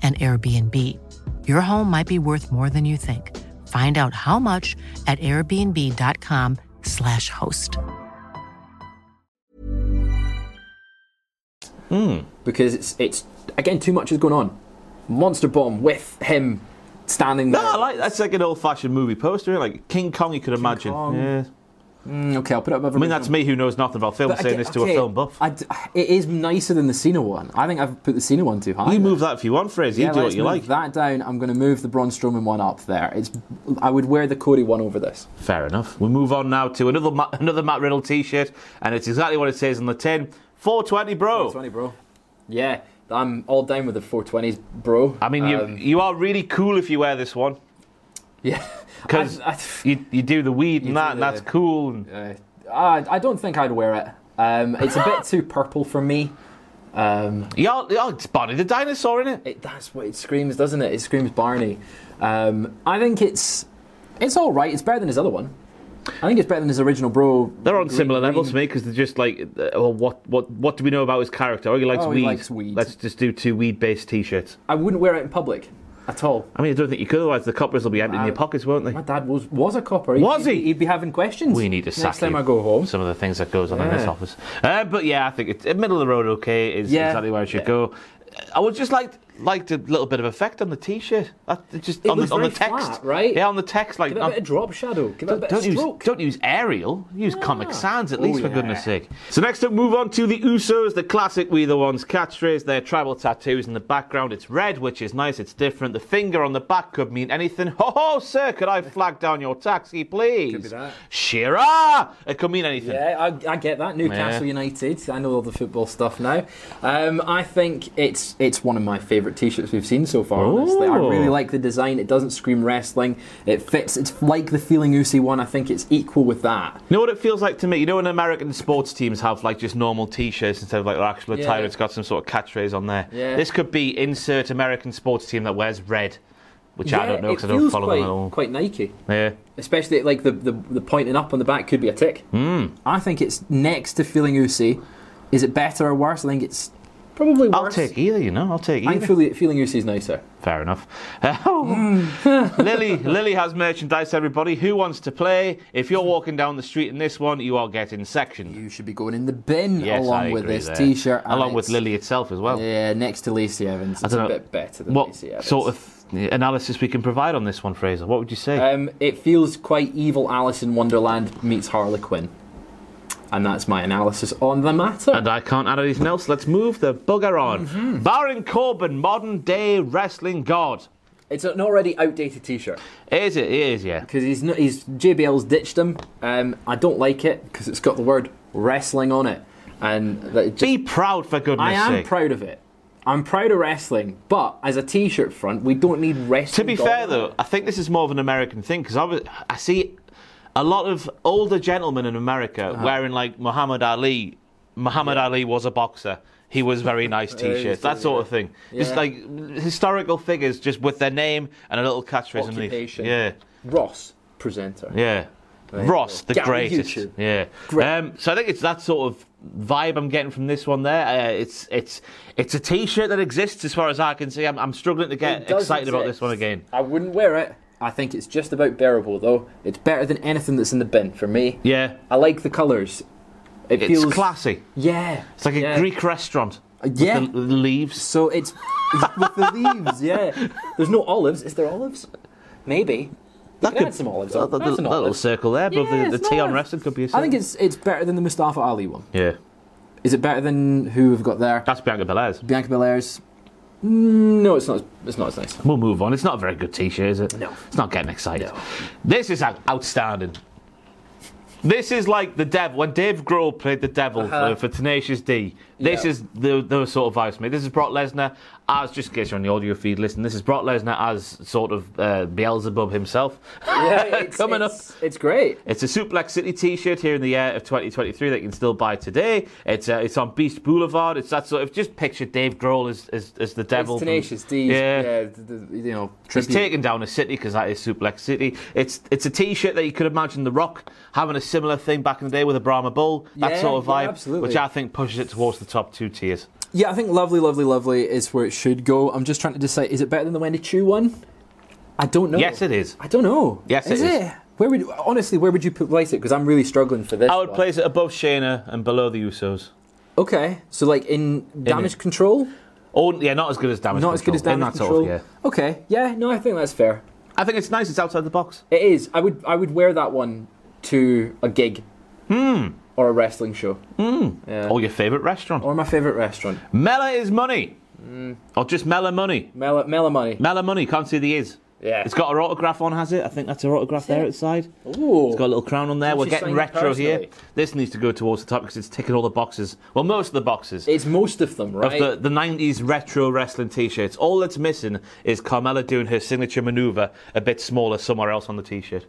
an Airbnb. Your home might be worth more than you think. Find out how much at airbnb.com/slash host. because it's it's again too much is going on. Monster bomb with him standing No, there. I like that's like an old-fashioned movie poster, like King Kong. You could imagine. Kong. Yeah. Mm, okay, I'll put it up. I mean, that's me who knows nothing about film saying this to a film buff. it is nicer than the Cena one. I think I've put the Cena one too high. you there. move that if you want, Fraser. yeah, you do what let's you move like. That down. I'm going to move the Braun Strowman one up there. It's. I would wear the Cody one over this. Fair enough. We move on now to another Ma- another Matt Riddle T-shirt, and it's exactly what it says on the tin. 420, bro. Twenty, bro. Yeah, I'm all down with the 420s, bro. I mean, you Um, you are really cool if you wear this one yeah. because I- I- you you do the weed You and that, do and the- that's cool. And Uh, I, I don't think I'd wear it. Um, it's a bit too purple for me. Um, Y'all, y'all, it's Barney the dinosaur in it. it, that's what it screams, doesn't it? It screams Barney. Um, I think it's it's all right. It's better than his other one. I think it's better than his original bro. They're on Green- similar green- levels to me because they're just like, uh, well, what, what, what do we know about his character? Oh, he likes Oh, weed. he likes weed. Let's just do two weed-based T-shirts. I wouldn't wear it in public at all. I mean, I don't think you could, otherwise the coppers will be empty in Uh, your pockets, won't they? My dad was was a copper. He'd- Was he? He'd, be having questions. We need to next sack time you. I go home. Some of the things that goes on in this Yeah. office. Uh, but yeah, I think it's uh, middle of the road. Okay, is Yeah. exactly where it should go. I would just like liked a little bit of effect on the T-shirt. That, it just It on, looks the, on the very text, flat, right? Yeah, on the text, like Give it a um, bit of drop shadow. Give it a bit don't of use stroke. don't use Arial. Use Comic Sans at least Oh, for yeah. goodness sake. So next up, move on to the Usos, the classic We the Ones catchphrase. Their tribal tattoos in the background. It's red, which is nice. It's different. The finger on the back could mean anything. Ho ho, sir! Could I flag down your taxi, please? Could be that. Shira. It could mean anything. Yeah, I, I get that. Newcastle United. I know all the football stuff now. Um, I think it's it's one of my favourite T-shirts we've seen so far. Honestly, I Ooh. really like the design. It doesn't scream wrestling. It fits. It's like the feeling Usi one. I think it's equal with that. You know what it feels like to me? You know when American sports teams have like just normal T-shirts instead of like their actual Yeah. attire. It's got some sort of catchphrase on there. Yeah. This could be insert American sports team that wears red, which I don't know it because I don't feels follow quite, them at all. Quite Nike, Yeah. especially like the, the the pointing up on the back could be a tick. Hmm. I think it's next to feeling Usi. Is it better or worse? I think it's probably worse. I'll take either, you know. I'll take I either. think feeling, feeling Usi is nicer. Fair enough. Oh. Hmm. Lily, Lily has merchandise. Everybody who wants to play. If you're walking down the street in this one, you are getting sectioned. You should be going in the bin Yes, along I with agree this there. T-shirt, and along with it's- Lily itself as well. Yeah, next to Lacey Evans. It's I don't know a bit better than what Lacey Evans. sort of analysis we can provide on this one, Fraser. What would you say? Um, it feels quite evil Alice in Wonderland meets Harley Quinn. And that's my analysis on the matter. And I can't add anything else. Let's move the bugger on. Mm-hmm. Baron Corbin, modern day wrestling god. it's an already outdated t shirt. Is it? It is, yeah. Because he's, not, he's JBL's ditched him. Um, I don't like it because it's got the word wrestling on it. And that it just- Be proud, for goodness I am sake. proud of it. I'm proud of wrestling, but as a t shirt front, we don't need to wrestling. be god fair, on though, it. I think this is more of an American thing because I, was- I see a lot of Uh-huh. older gentlemen in America wearing like Muhammad Ali. Muhammad Ali was a boxer. he was very nice T-shirts, that sort of thing. Just Yeah. like historical figures, just with their name and a little catchphrase underneath. Occupation. Yeah, Ross, presenter. yeah. There you Ross, go. the Gary greatest. YouTube. Yeah. Great. Um, so I think it's that sort of vibe I'm getting from this one. There, uh, it's it's it's a T-shirt that exists as far as I can see. I'm, I'm struggling to It get does excited about exist. this one again. I wouldn't wear it. I think it's just about bearable, though. It's better than anything that's in the bin for me. Yeah, I like the colours. It it's feels classy. Yeah, It's like a yeah. Greek restaurant. with yeah. the l- leaves. So it's with the leaves. Yeah, there's no olives. Is there olives? Maybe. That could, add some olives. That, on. that- Add some that little olives. circle there, but Yeah, the, the it's T on nice. wrestling could be a I think circle. it's it's better than the Mustafa Ali one. Yeah. Is it better than who we've got there? That's Bianca Belair's. Bianca Belair's. Mm, No, it's not. It's not as nice. We'll move on. It's not a very good t shirt, is it? No. It's not getting excited. No. This is out- outstanding. This is like the devil. When Dave Grohl played the devil Uh-huh. for, for Tenacious D, this Yeah. is the, the sort of vibes for me. This is Brock Lesnar as, just in case you're on the audio feed, listen, this is Brock Lesnar as sort of uh, Beelzebub himself. Coming up. it's, It's great. It's a Suplex City T-shirt here in the year of 2023 that you can still buy today. It's uh, it's on Beast Boulevard. It's that sort of just picture Dave Grohl as as, as the devil. It's from- tenacious D. Yeah. you know, He's tribute. taken down a city because that is Suplex City. It's it's a T-shirt that you could imagine The Rock having a similar thing back in the day with a Brahma Bull, that Yeah, sort of yeah, vibe, absolutely. which I think pushes it towards the top two tiers. Yeah, I think lovely, lovely, lovely is where it should go. I'm just trying to decide: is it better than the Wendy Chu one? I don't know. Yes, it is. I don't know. Yes, it is is. Where would honestly? Where would you put place it? Because I'm really struggling for this. I would one. place it above Shayna and below the Usos. Okay, so like in damage control, Oh, yeah, not as good as damage. not as good Control. as In damage that sort control. of- yeah. Okay, yeah, no, I think that's fair. I think it's nice. It's outside the box. It is. I would I would wear that one to a gig, Hmm. or a wrestling show, Or your favourite restaurant. or my favorite restaurant. Mela is money. Mm. Or just Mela money. Mela, Mela money. Mela money, can't see the is. Yeah. It's got her autograph on, has it? I think that's her autograph there at the side. Ooh. It's got a little crown on there. Didn't We're she getting sign it retro here. personally? This needs to go towards the top because it's ticking all the boxes. Well, most of the boxes. It's most of them, of right? the, the 90s retro wrestling t shirts. All that's missing is Carmella doing her signature maneuver a bit smaller somewhere else on the t shirt.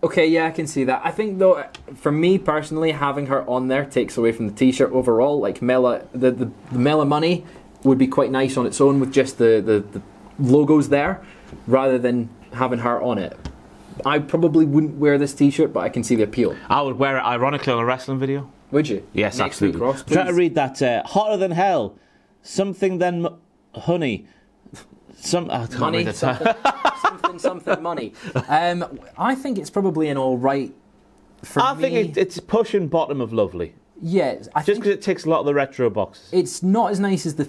Okay, yeah, I can see that. I think though, for me personally, having her on there takes away from the T-shirt overall. Like Mela, the the, the Mela money would be quite nice on its own with just the, the the logos there, rather than having her on it. I probably wouldn't wear this T-shirt, but I can see the appeal. I would wear it ironically on a wrestling video. Would you? Yes, Next absolutely. Week, Ross, I'm trying to please. read that. Uh, hotter than hell. Something than m- honey. Some I can't money, read it. something, something, something, money. Um, I think it's probably an all right. For I me, think it, it's pushing bottom of lovely, yeah, I just think because it ticks a lot of the retro boxes. it's not as nice as the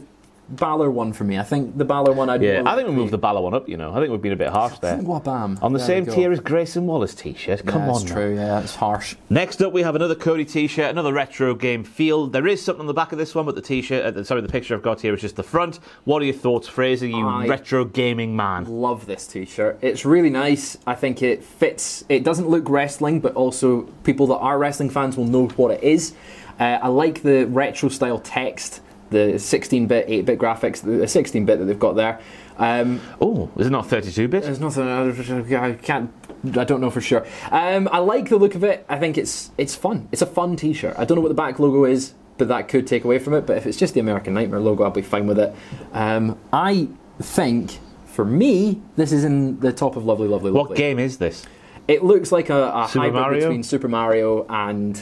Balor one for me. I think the Balor one I'd Yeah, more I think we likely- moved the Balor one up. You know, I think we've been a bit harsh there. Wabam. On the There same we go. tier as Grayson Wallace t-shirt. Come yeah, on. That's now. true, yeah, it's harsh. Next up, we have another Cody t-shirt, another retro game feel. There is something on the back of this one, but the t-shirt, uh, the- sorry, the picture I've got here is just the front. What are your thoughts, Fraser? You I- retro gaming man. Love this t shirt. It's really nice. I think it fits. It doesn't look wrestling, but also people that are wrestling fans will know what it is. Uh, I like the retro style text, the 16 bit, 8 bit graphics, the 16 bit that they've got there. Um, Oh, is it not 32 bit? There's nothing. I can't. I don't know for sure. Um, I like the look of it. I think it's it's fun. It's a fun T-shirt. I don't know what the back logo is, but that could take away from it. But if it's just the American Nightmare logo, I'll be fine with it. Um, I think for me, this is in the top of lovely, lovely, lovely. What game is this? It looks like a, a Super hybrid Mario? between Super Mario and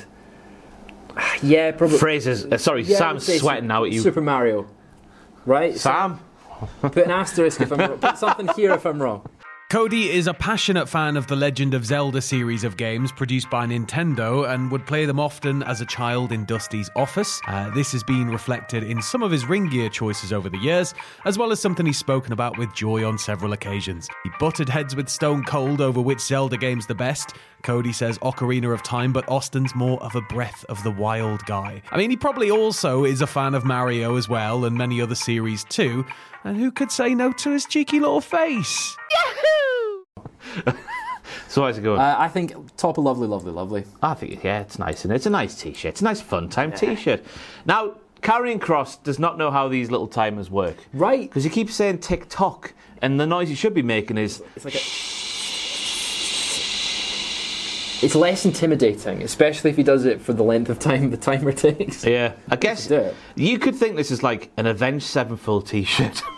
yeah, probably. Fraser's. Uh, sorry, yeah, I would Sam's say sweating Su- now at you. Super Mario, right? Sam. Put an asterisk if I'm wrong. Put something here if I'm wrong. Cody is a passionate fan of the Legend of Zelda series of games produced by Nintendo and would play them often as a child in Dusty's office. Uh, this has been reflected in some of his ring gear choices over the years, as well as something he's spoken about with joy on several occasions. He butted heads with Stone Cold over which Zelda game's the best. Cody says Ocarina of Time, but Austin's more of a Breath of the Wild guy. I mean, he probably also is a fan of Mario as well and many other series too. And who could say no to his cheeky little face? So how's it going? Uh, I think top of lovely, lovely, lovely. I think yeah, it's nice, and it's a nice t-shirt. It's a nice fun time t-shirt. Now, Carrying Cross does not know how these little timers work, Right. Because he keeps saying tick tock, and the noise he should be making is It's like a. it's less intimidating, especially if he does it for the length of time the timer takes. Yeah, I guess do it. you could think this is like an Avenged Sevenfold T-shirt,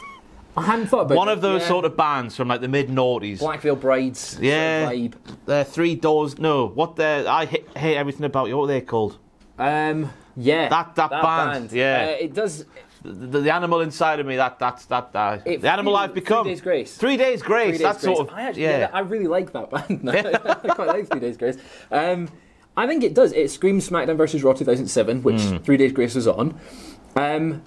I hadn't thought about one it. of those Yeah. sort of bands from like the mid noughties. Black Veil Brides sort of Yeah, vibe. they're three doors. No, what they're I hate, hate everything about you. What are they called? Um, yeah, That- that band, yeah. Uh, it does. The, the animal inside of me. That that's that that. It- the animal Three- I've become. Three Days Grace. Three days grace. Three Days that Grace. sort of. I actually, yeah. yeah. that- I really like that band. Now. I quite like Three Days Grace. Um, I think it does. It screams SmackDown versus Raw 2007, which Hmm. Three Days Grace was on. Um,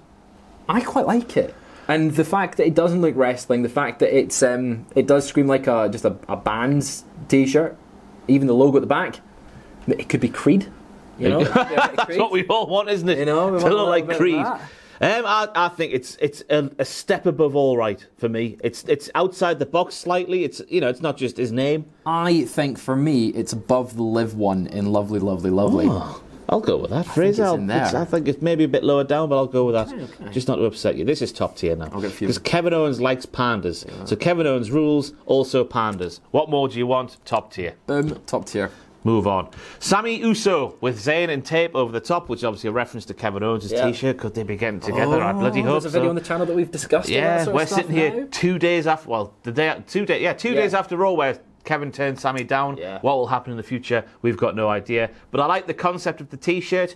I quite like it, and the fact that it doesn't look wrestling, the fact that it's um, it does scream like a just a, a band's T-shirt, even the logo at the back. It could be Creed. You know, That's what we all want, isn't it? You know, we to want a look little like bit of Creed. Um, that. I, I think it's it's a, a step above all right for me. It's it's outside the box slightly. It's you know it's not just his name. I think for me, it's above the live one in Lovely, Lovely, Lovely. I'll go with that phrase. it's I'll- in there. it's- I think it's maybe a bit lower down, but I'll go with that. Just not to upset you. This is top tier now. get a few. Because Kevin Owens likes pandas. So Kevin Owens rules, also pandas. What more do you want? Top tier. Boom, top tier. Move on. Sammy Uso with Zayn and tape over the top, which is obviously a reference to Kevin Owens' Yeah. t-shirt. Could they be getting together? I bloody Oh, hope There's a video so. on the channel that we've discussed. all that Yeah, sort we're of stuff sitting here now. two days after. Well, the day two days. Yeah, two Yeah. days after Raw, where Kevin turned Sammy down. Yeah. What will happen in the future? We've got no idea. But I like the concept of the T-shirt.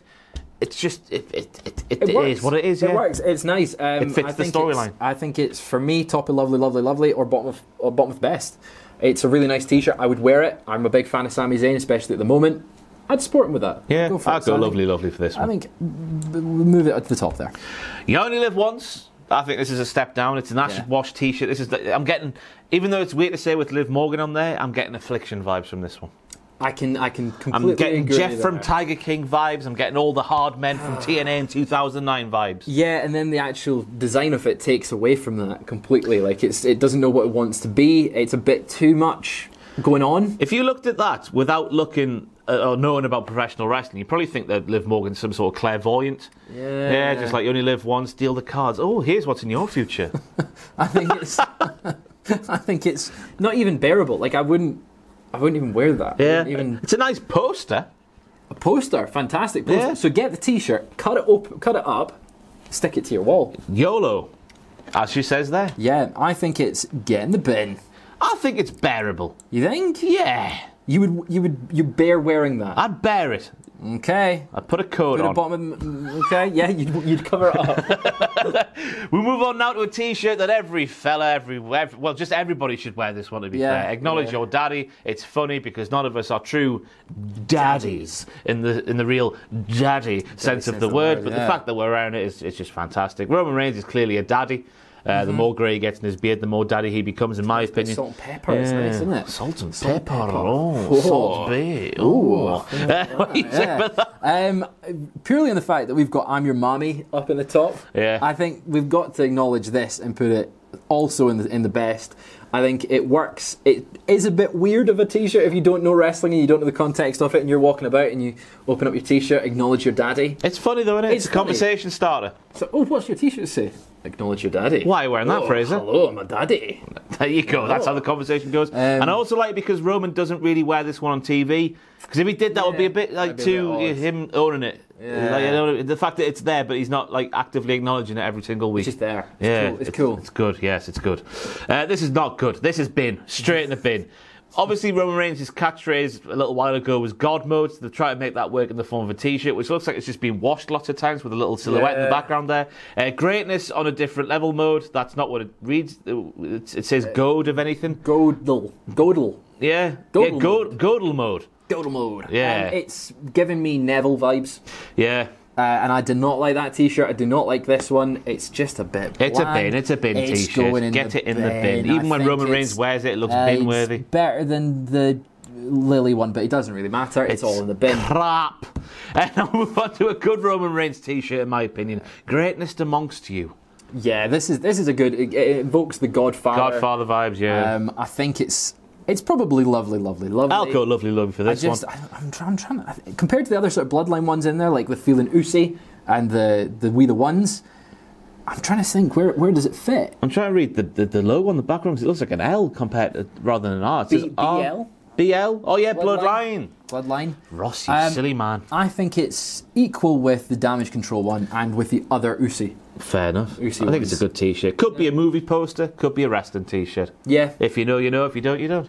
It's just it it it, it, it works. is what it is. It yeah. works. It's nice. Um, It fits I the think it's- storyline. I think it's for me top of lovely, lovely, lovely, or bottom of or bottom of best. It's a really nice T-shirt. I would wear it. I'm a big fan of Sami Zayn, especially at the moment. I'd support him with that. Yeah, go for I'll it. So go I think- lovely, lovely for this I one. think we move it to the top there. You only live once. I think this is a step down. It's an Ash Yeah. Wash T-shirt. This is. The, I'm getting, even though it's weird to say with Liv Morgan on there, I'm getting affliction vibes from this one. I can I can I'm completely getting agree Jeff with from that. Tiger King vibes. I'm getting all the hard men from TNA in 2009 vibes. Yeah, and then the actual design of it takes away from that completely. Like it's it doesn't know what it wants to be. It's a bit too much going on. If you looked at that without looking uh, or knowing about professional wrestling, you probably think that Liv Morgan's some sort of clairvoyant. Yeah. Yeah, just like you only live once, deal the cards. Oh, here's what's in your future. I think it's I think it's not even bearable. Like I wouldn't I wouldn't even wear that. I Yeah. wouldn't even It's a nice poster. a poster, fantastic poster. Yeah. So get the t-shirt, cut it open, cut it up, stick it to your wall. YOLO, as she says there. Yeah, I think it's get in the bin. I think it's bearable. You think? Yeah. You would you would you bear wearing that? I'd bear it. Okay. I'd put a coat Put a on. bottom. of- Okay. Yeah, you'd, you'd cover it up. We move on now to a T-shirt that every fella, every, every well, just everybody should wear this one. To be Yeah, fair, acknowledge yeah. your daddy. It's funny because none of us are true daddies in the in the real daddy, sense of the word. but the yeah. fact that we're wearing it is it's just fantastic. Roman Reigns is clearly a daddy. Uh, The more grey he gets in his beard, the more daddy he becomes, in my opinion. Mm-hmm. Salt and pepper, it's nice, isn't it? Salt and Salt and pepper, pepper. oh, Whoa. salt bay, ooh. Uh, what do you say Yeah. about that? Um, purely on the fact that we've got "I'm Your Mommy" up in the top. Yeah. I think we've got to acknowledge this and put it also in the in the best. I think it works. It is a bit weird of a T-shirt if you don't know wrestling and you don't know the context of it, and you're walking about and you open up your T-shirt, acknowledge your daddy. It's funny though, isn't it? It's, It's a funny. conversation starter. So, oh, what's your T-shirt say? Acknowledge your daddy. Why are you wearing that, eh? oh, Fraser? Hello, I'm a daddy. There you go. That's how the conversation goes. and Um, I also like it because Roman doesn't really wear this one on TV. Because if he did, that would be a bit like that'd be a too uh, bit odd. him owning it. Yeah. Like, you know, the fact that it's there, but he's not like actively acknowledging it every single week. It's just there. It's yeah, cool. It's cool. It's good. Yes, it's good. Uh, this is not good. This has been straight in the bin. Obviously, Roman Reigns' catchphrase a little while ago was God mode. So they're trying to make that work in the form of a t shirt, which looks like it's just been washed lots of times with a little silhouette in the Yeah. background there. Uh, greatness on a different level mode. That's not what it reads. It, it says goad of anything. Godel. Godel. Yeah. Godel yeah, go- Godel mode. Godel mode. Yeah. Um, it's giving me Neville vibes. Yeah. Uh, and I did not like that T-shirt. I do not like this one. It's just a bit. It's a bland. bin, it's a bin It's t-shirt. going in Get the it in the bin. I Even when think Roman Reigns it's- wears it, it looks uh, it's bin-worthy. Better than the Lily one, but it doesn't really matter. It's, all in the bin. Crap. And I'll move on to a good Roman Reigns t shirt, in my opinion. Greatness amongst you. Yeah, this is this is a good. It, it invokes the Godfather. Godfather vibes, yeah. Um, I think it's it's probably lovely, lovely, lovely. I'll go lovely lovely for I this just one. I, I'm, try- I'm trying to I- compared to the other sort of bloodline ones in there, like the feeling Usi and the the We the Ones. I'm trying to think where where does it fit? I'm trying to read the, the, the logo on the background 'cause it looks like an L compared to rather than an R. It says B- R- BL? BL? Oh, yeah, Bloodline. Bloodline. Ross, you Um, silly man. I think it's equal with the damage control one and with the other Usi. Fair enough. I Uzi think it's a wins. good t shirt. Could be a movie poster, could be a wrestling t shirt. Yeah. If you know, you know. If you don't, you don't.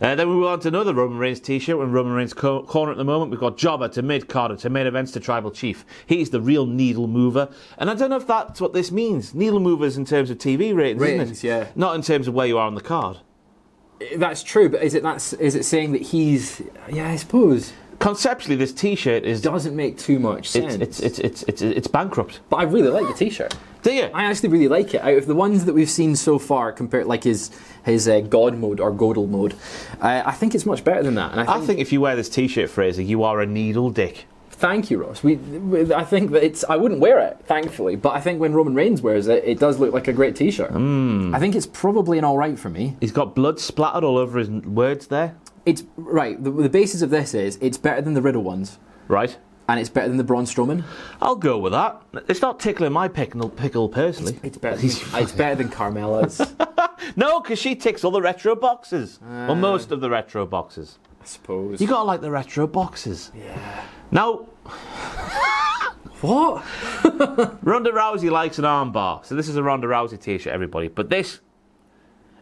Uh, then we move on to another Roman Reigns T-shirt. We're in Roman Reigns co- corner at the moment. We've got Jobber to mid Carter to main events to Tribal Chief. He's the real needle mover, and I don't know if that's what this means. Needle movers in terms of TV ratings, Ratings, isn't it? yeah. Not in terms of where you are on the card. That's true, but is it that's is it saying that he's? Yeah, I suppose Conceptually, this T-shirt is doesn't make too much sense. it's it's it's it's it's, it's bankrupt. but I really like the T-shirt. Do you? I actually really like it. Out of the ones that we've seen so far, compared like his his uh, God mode or Godel mode, uh, I think it's much better than that. And I think if you wear this T-shirt, Fraser, you are a needle dick. Thank you, Ross. We, we, I think that it's. I wouldn't wear it, thankfully, but I think when Roman Reigns wears it, it does look like a great T-shirt. Hmm. I think it's probably an all right for me. He's got blood splattered all over his n- words there, It's right. The, the basis of this is it's better than the Riddle ones, right? and it's better than the Braun Strowman. I'll go with that. It's not tickling my pickle, pickle personally. It's better. Than, it's better than Carmella's. I No, because she ticks all the retro boxes. Ah. Well, most of the retro boxes. suppose. You gotta like the retro boxes. Yeah. Now, what? Ronda Rousey likes an armbar, so this is a Ronda Rousey t-shirt, everybody. But this,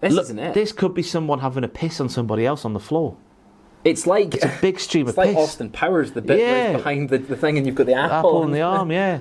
This look, isn't it. this could be someone having a piss on somebody else on the floor. it's like It's a big stream it's of like piss. Austin Powers, the bit where Yeah. it's behind the, the thing, and you've got the apple, Apple in the arm, yeah.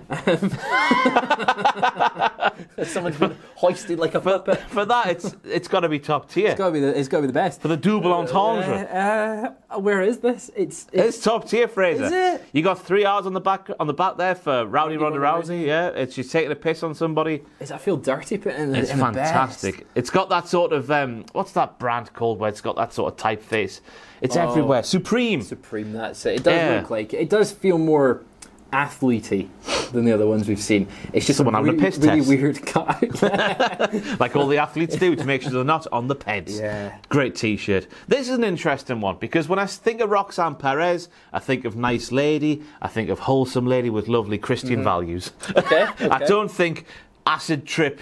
someone's been hoisted like a But puppet. for that, it's it's got to be top tier. It's gotta be the, it's gotta be the best. For the double entendre, Uh, where is this? It's, it's top tier, Fraser. Is it? You got three hours on the back on the back there for Rowdy Ronda Ronda Rousey. Yeah, it's, she's taking a piss on somebody. Is I feel dirty putting it in the It's in the best. fantastic. It's got that sort of um, what's that brand called where it's got that sort of typeface. It's Oh. everywhere. Supreme. Supreme, that's it. It does Yeah. look like it does feel more athlete than the other ones we've seen. It's just Someone a having a really, piss really test. weird cut. like all the athletes do to make sure they're not on the peds. Yeah. Great t-shirt. This is an interesting one because when I think of Roxanne Perez, I think of nice lady, I think of wholesome lady with lovely Christian values. Mm-hmm. okay, I don't think acid trip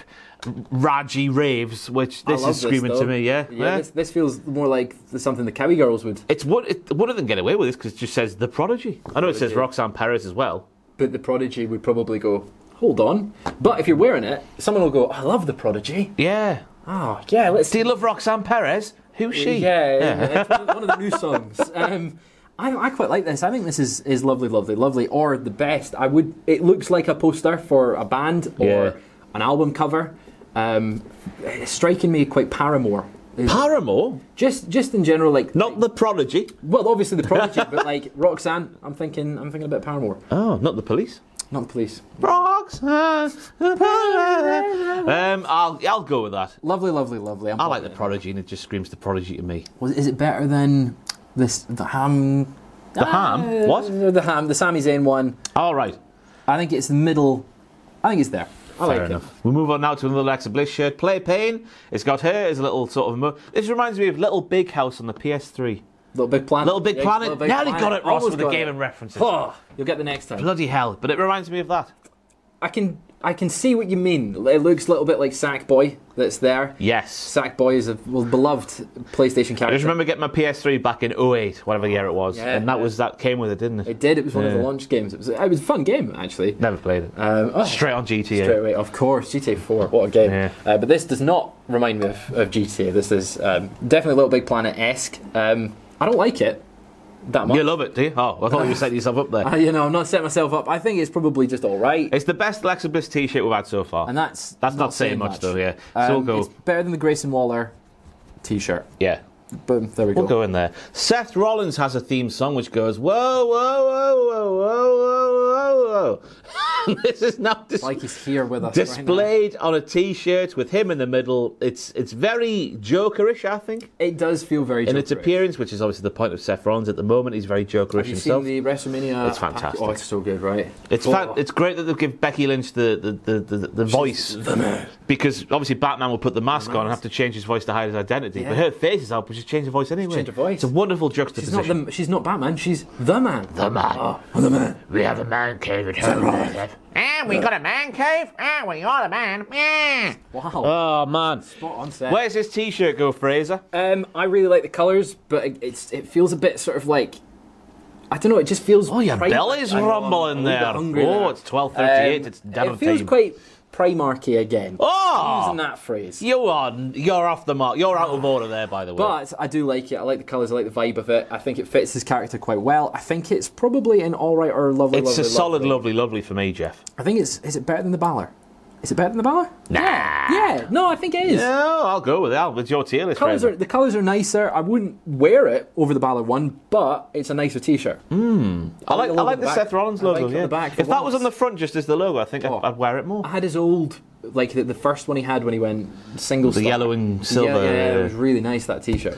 Raji raves, which this is screaming to me, yeah. yeah, This, this feels more like th- something the Cowie girls would. It's what it, one of them get away with this because it just says the prodigy. I know it says Prodigy. Ah. Roxanne Perez as well. But the Prodigy would probably go, hold on. But if you're wearing it, someone will go, I love the Prodigy. Yeah. Oh yeah, let's Do you love Roxanne Perez? Who's she? Yeah, it's one, of, one of the new songs. Um, I, I quite like this. I think this is, is lovely, lovely, lovely, or the best. I would. It looks like a poster for a band or Yeah. an album cover. Um, it's striking me quite Paramore. Paramore? Just just in general, like Not the prodigy. well, obviously the Prodigy, but like Roxanne. I'm thinking I'm thinking a bit Paramore, Oh, not the police. not the Police. Roxanne Perez. Um, I'll, I'll go with that. Lovely, lovely, lovely. I'm I like the prodigy and it just screams the prodigy to me. Was, is it better than this the ham? The Ah. ham? What? The ham, the Sami Zayn one. All right. I think it's the middle. I think it's there. I Fair like it. enough. We move on now to another Alexa Bliss shirt. Play Pain. It's got her as a little sort of. Mo- this reminds me of Little Big House on the PS3. Little Big Planet. Little Big Yeah, Planet. Little Big now they got Planet. it, Ross, Almost with the got game it. and references. Oh, you'll get the next time. Bloody hell. But it reminds me of that. I can I can see what you mean. It looks a little bit like Sackboy that's there. Yes. Sackboy is a well, beloved PlayStation character. I just remember getting my PS3 back in 08, whatever year it was, Yeah, and that yeah. was that came with it, didn't it? It did. It was one of the Yeah. launch games. It was, it was a fun game actually. Never played it. Um, oh, Straight on GTA. Straight away, of course, GTA 4. What a game! Yeah. Uh, but this does not remind me of, of GTA. This is um, definitely Little Big Planet esque. Um, I don't like it that much. You love it, do you? Oh, I thought you were setting yourself up there. Uh, you know, I'm not setting myself up. I think it's probably just all right. It's the best Alexa Bliss T-shirt we've had so far, and that's that's not, saying much, though. Yeah, so Um, we'll go. It's better than the Grayson Waller T-shirt. yeah, Boom. There we we'll go. go in there. Seth Rollins has a theme song which goes whoa, whoa, whoa, whoa, whoa, whoa, whoa. this is now dis- Like he's here with us. Right displayed on a T-shirt with him in the middle. It's it's very Jokerish, I think, now. It does feel very. in its Joker-ish. appearance, which is obviously the point of Seth Rollins at the moment. He's very Jokerish Have you himself. seen the WrestleMania? It's fantastic. Oh, it's so good, right? It's oh, fan- it's great that they give Becky Lynch the the, the, the, the voice because obviously Batman will put the mask on and have to change his voice to hide his identity. But Yeah. her face is out, but she's changed her voice anyway. changed her voice. It's a wonderful She's not juxtaposition. the. She's not Batman. She's the man. The man. Oh, the man. we have a man cave at home. cave. And Eh, we got a man cave. And we got a man. Eh. Yeah. Wow. Oh man. Spot on set. Where's his t-shirt go, Fraser? Um, I really like the colours, but it, it's it feels a bit sort of like I don't know. It just feels. Oh, your prim- belly's I know, I'm rumbling a little there. bit hungry Oh, now. Um, it's 12:38, it's dinner It feels time. quite Primarchy again. Oh! using that phrase. You are you're off the mark. You're out of order there, by the way. But I do like it. I like the colours. I like the vibe of it. I think it fits his character quite well. I think it's probably an all right or lovely. it's lovely, a solid, lovely. lovely, lovely for me, Jeff. I think it's. Is it better than the Balor? Is it better than the Balor? Nah. Yeah. No, I think it is. No, I'll go with that. With your tier list, Colours Fraser. are, the colours are nicer. I wouldn't wear it over the Balor one, but it's a nicer T-shirt. Hmm. I like, I the logo like on the the back. Seth Rollins I like logo. it on yeah. the back if for that was once. on the front, just as the logo, I think I'd, Oh. I'd wear it more. I had his old, like the, the first one he had when he went single. The stock. yellow and silver. Yeah, yeah, it was really nice that T-shirt.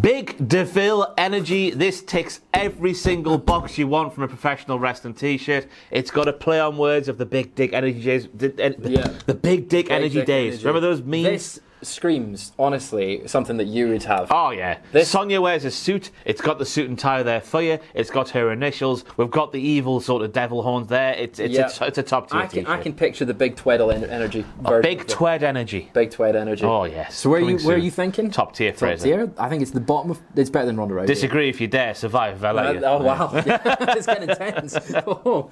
Big DeVille Energy. This ticks every single box you want from a professional wrestling T-shirt. It's got a play on words of the Big Dick Energy Days. The, Yeah. the Big Dick Big Energy dick Days. energy. Remember those memes? This screams honestly something that you would have. Oh yeah. This- Sonia wears a suit. It's got the suit and tie there for you. It's got her initials. We've got the evil sort of devil horns there. It's it's Yeah. a, it's a top tier I can, I t-shirt. can picture the big tweddle en- energy. A version big of the- twed energy. Big tweed energy. Oh yes. So where are you? Coming Where are soon. you thinking? Top tier, Top Fraser. tier. I think it's the bottom of. It's better than Ronda Rousey. Disagree if you dare. Survive. I Uh, like oh wow, it's getting intense. Oh.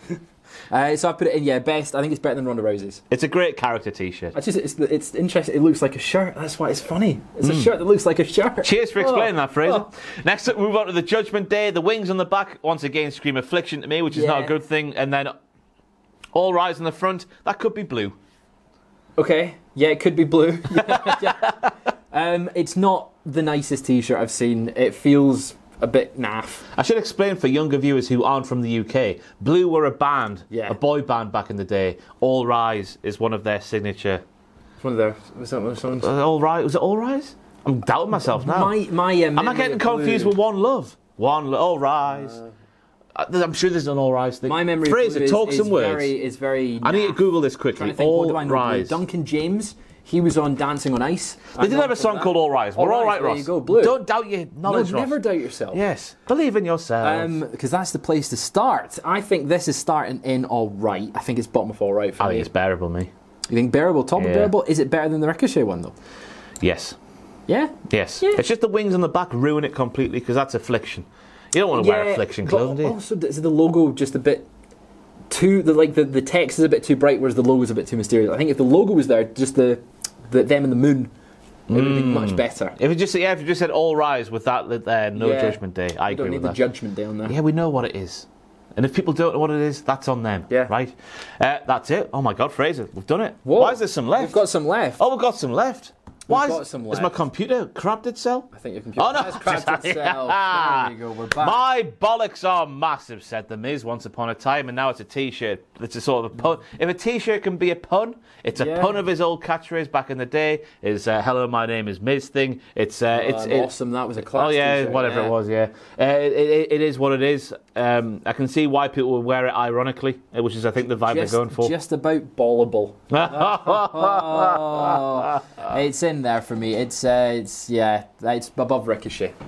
Uh, so I put it in. Yeah, best. I think it's better than Ronda Rousey's. It's a great character t-shirt. I just it's it's interesting. It looks like a shirt. That's why it's funny. It's a shirt that looks like a shirt. Hmm. Cheers for explaining Oh. that, Fraser. Oh. Next up, move on to the Judgment Day. The wings on the back once again scream affliction to me, which is not a Yeah. good thing. And then all rise in the front. That could be blue. Okay. Yeah, it could be blue. Yeah, yeah. Um, it's not the nicest T-shirt I've seen. It feels a bit naff. I should explain for younger viewers who aren't from the UK. Blue were a band, Yeah. a boy band back in the day. All Rise is one of their signature. It's one of their. Was that one of someone's? Uh, All Rise was it All Rise? I'm doubting myself now. My my. Uh, Am I memory getting of confused blue- with One Love? One Lo- All Rise. Uh, I'm sure there's an All Rise thing. My memory. of Fraser, blue is- talk is some words. Very, is very. I need to naff. Google this Trying quickly. to think, All what do I know? blue? Rise. Duncan James. He was on Dancing on Ice. They did have a song called All Rise. We're all right, there Ross. You go, blue. Don't doubt your no, knowledge, Ross. never Um, doubt yourself. Yes, believe in yourself. because that's the place to start. I think this is starting in all right. I think it's bottom of all right for I me. think it's bearable, me. You think bearable, top Yeah. of bearable? Is it better than the Ricochet one though? Yes, Yeah. yes. Yeah. It's just the wings on the back ruin it completely because that's affliction. You don't want to wear eh? affliction but clothing, do you? Also, is the logo just a bit too the like the, the text is a bit too bright, whereas the logo's a bit too mysterious. I think if the logo was there, just the, the them and the moon, it would have been much better. If you just Mm. yeah, if you just said all rise with that li- there, no Yeah. judgment day. I We agree don't need with the that. judgment day on there. yeah, we know what it is, and if people don't know what it is, that's on them. Yeah. right. Uh, that's it. Oh my God, Fraser, we've done it. Whoa. Why is there some left? We've got some left. Oh, we've got some left. Why got is, some Is left. my computer crapped itself? I think your computer oh, no. has crapped itself. There we go, we're back. My bollocks are massive, said The Miz once upon a time, and now it's a t shirt. It's a sort of a pun. If a t shirt can be a pun, it's a Yeah. pun of his old catchphrase back in the day. Is uh, hello, my name is Miz thing. It's, uh, it's Um, it- awesome. That was a class. Oh yeah, t-shirt, whatever yeah. it was. Yeah, uh, it, it, it is what it is. Um, I can see why people would wear it ironically, uh, which is I think the vibe Just, they're going for. just about ballable. Oh, it's in there for me. It's uh, it's yeah, it's above Ricochet.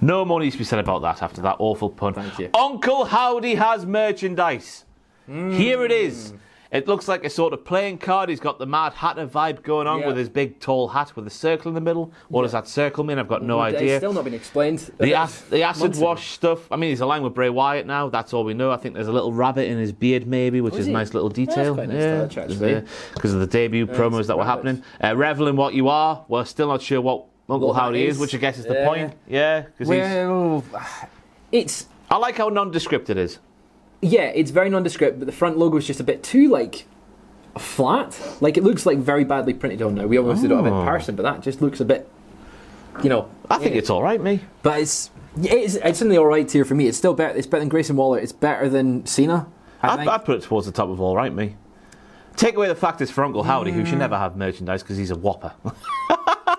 No more needs to be said about that after that awful pun. Thank you. Uncle Howdy has merchandise. Hmm. Here it is. It looks like a sort of playing card. He's got the Mad Hatter vibe going on Yeah. with his big tall hat with a circle in the middle. What does that circle mean? I've got no It's idea. still not been explained. the, ac- the acid Months ago. wash stuff. I mean, he's aligned with Bray Wyatt now. That's all we know. I think there's a little rabbit in his beard, maybe, which is a he? nice little Yeah, that's detail. quite nice touch, actually. because of the debut promos it's that were rabbits. happening. Uh, Revel in what you are. We're still not sure what Uncle What that Howdy is. is. which I guess is the Yeah. point. Yeah, because he's. Well, it's I like how nondescript it is. yeah, it's very nondescript, but the front logo is just a bit too like flat. Like it looks like very badly printed on now. We obviously don't have Oh. it in person, but that just looks a bit, you know. I think eh. it's all right, me. but it's it's it's in the all right tier for me. It's still better. It's better than Grayson Waller. It's better than Cena. I I'd, think. I'd put it towards the top of all right, me. Take away the fact it's for Uncle Howdy, who Mm. should never have merchandise because he's a whopper.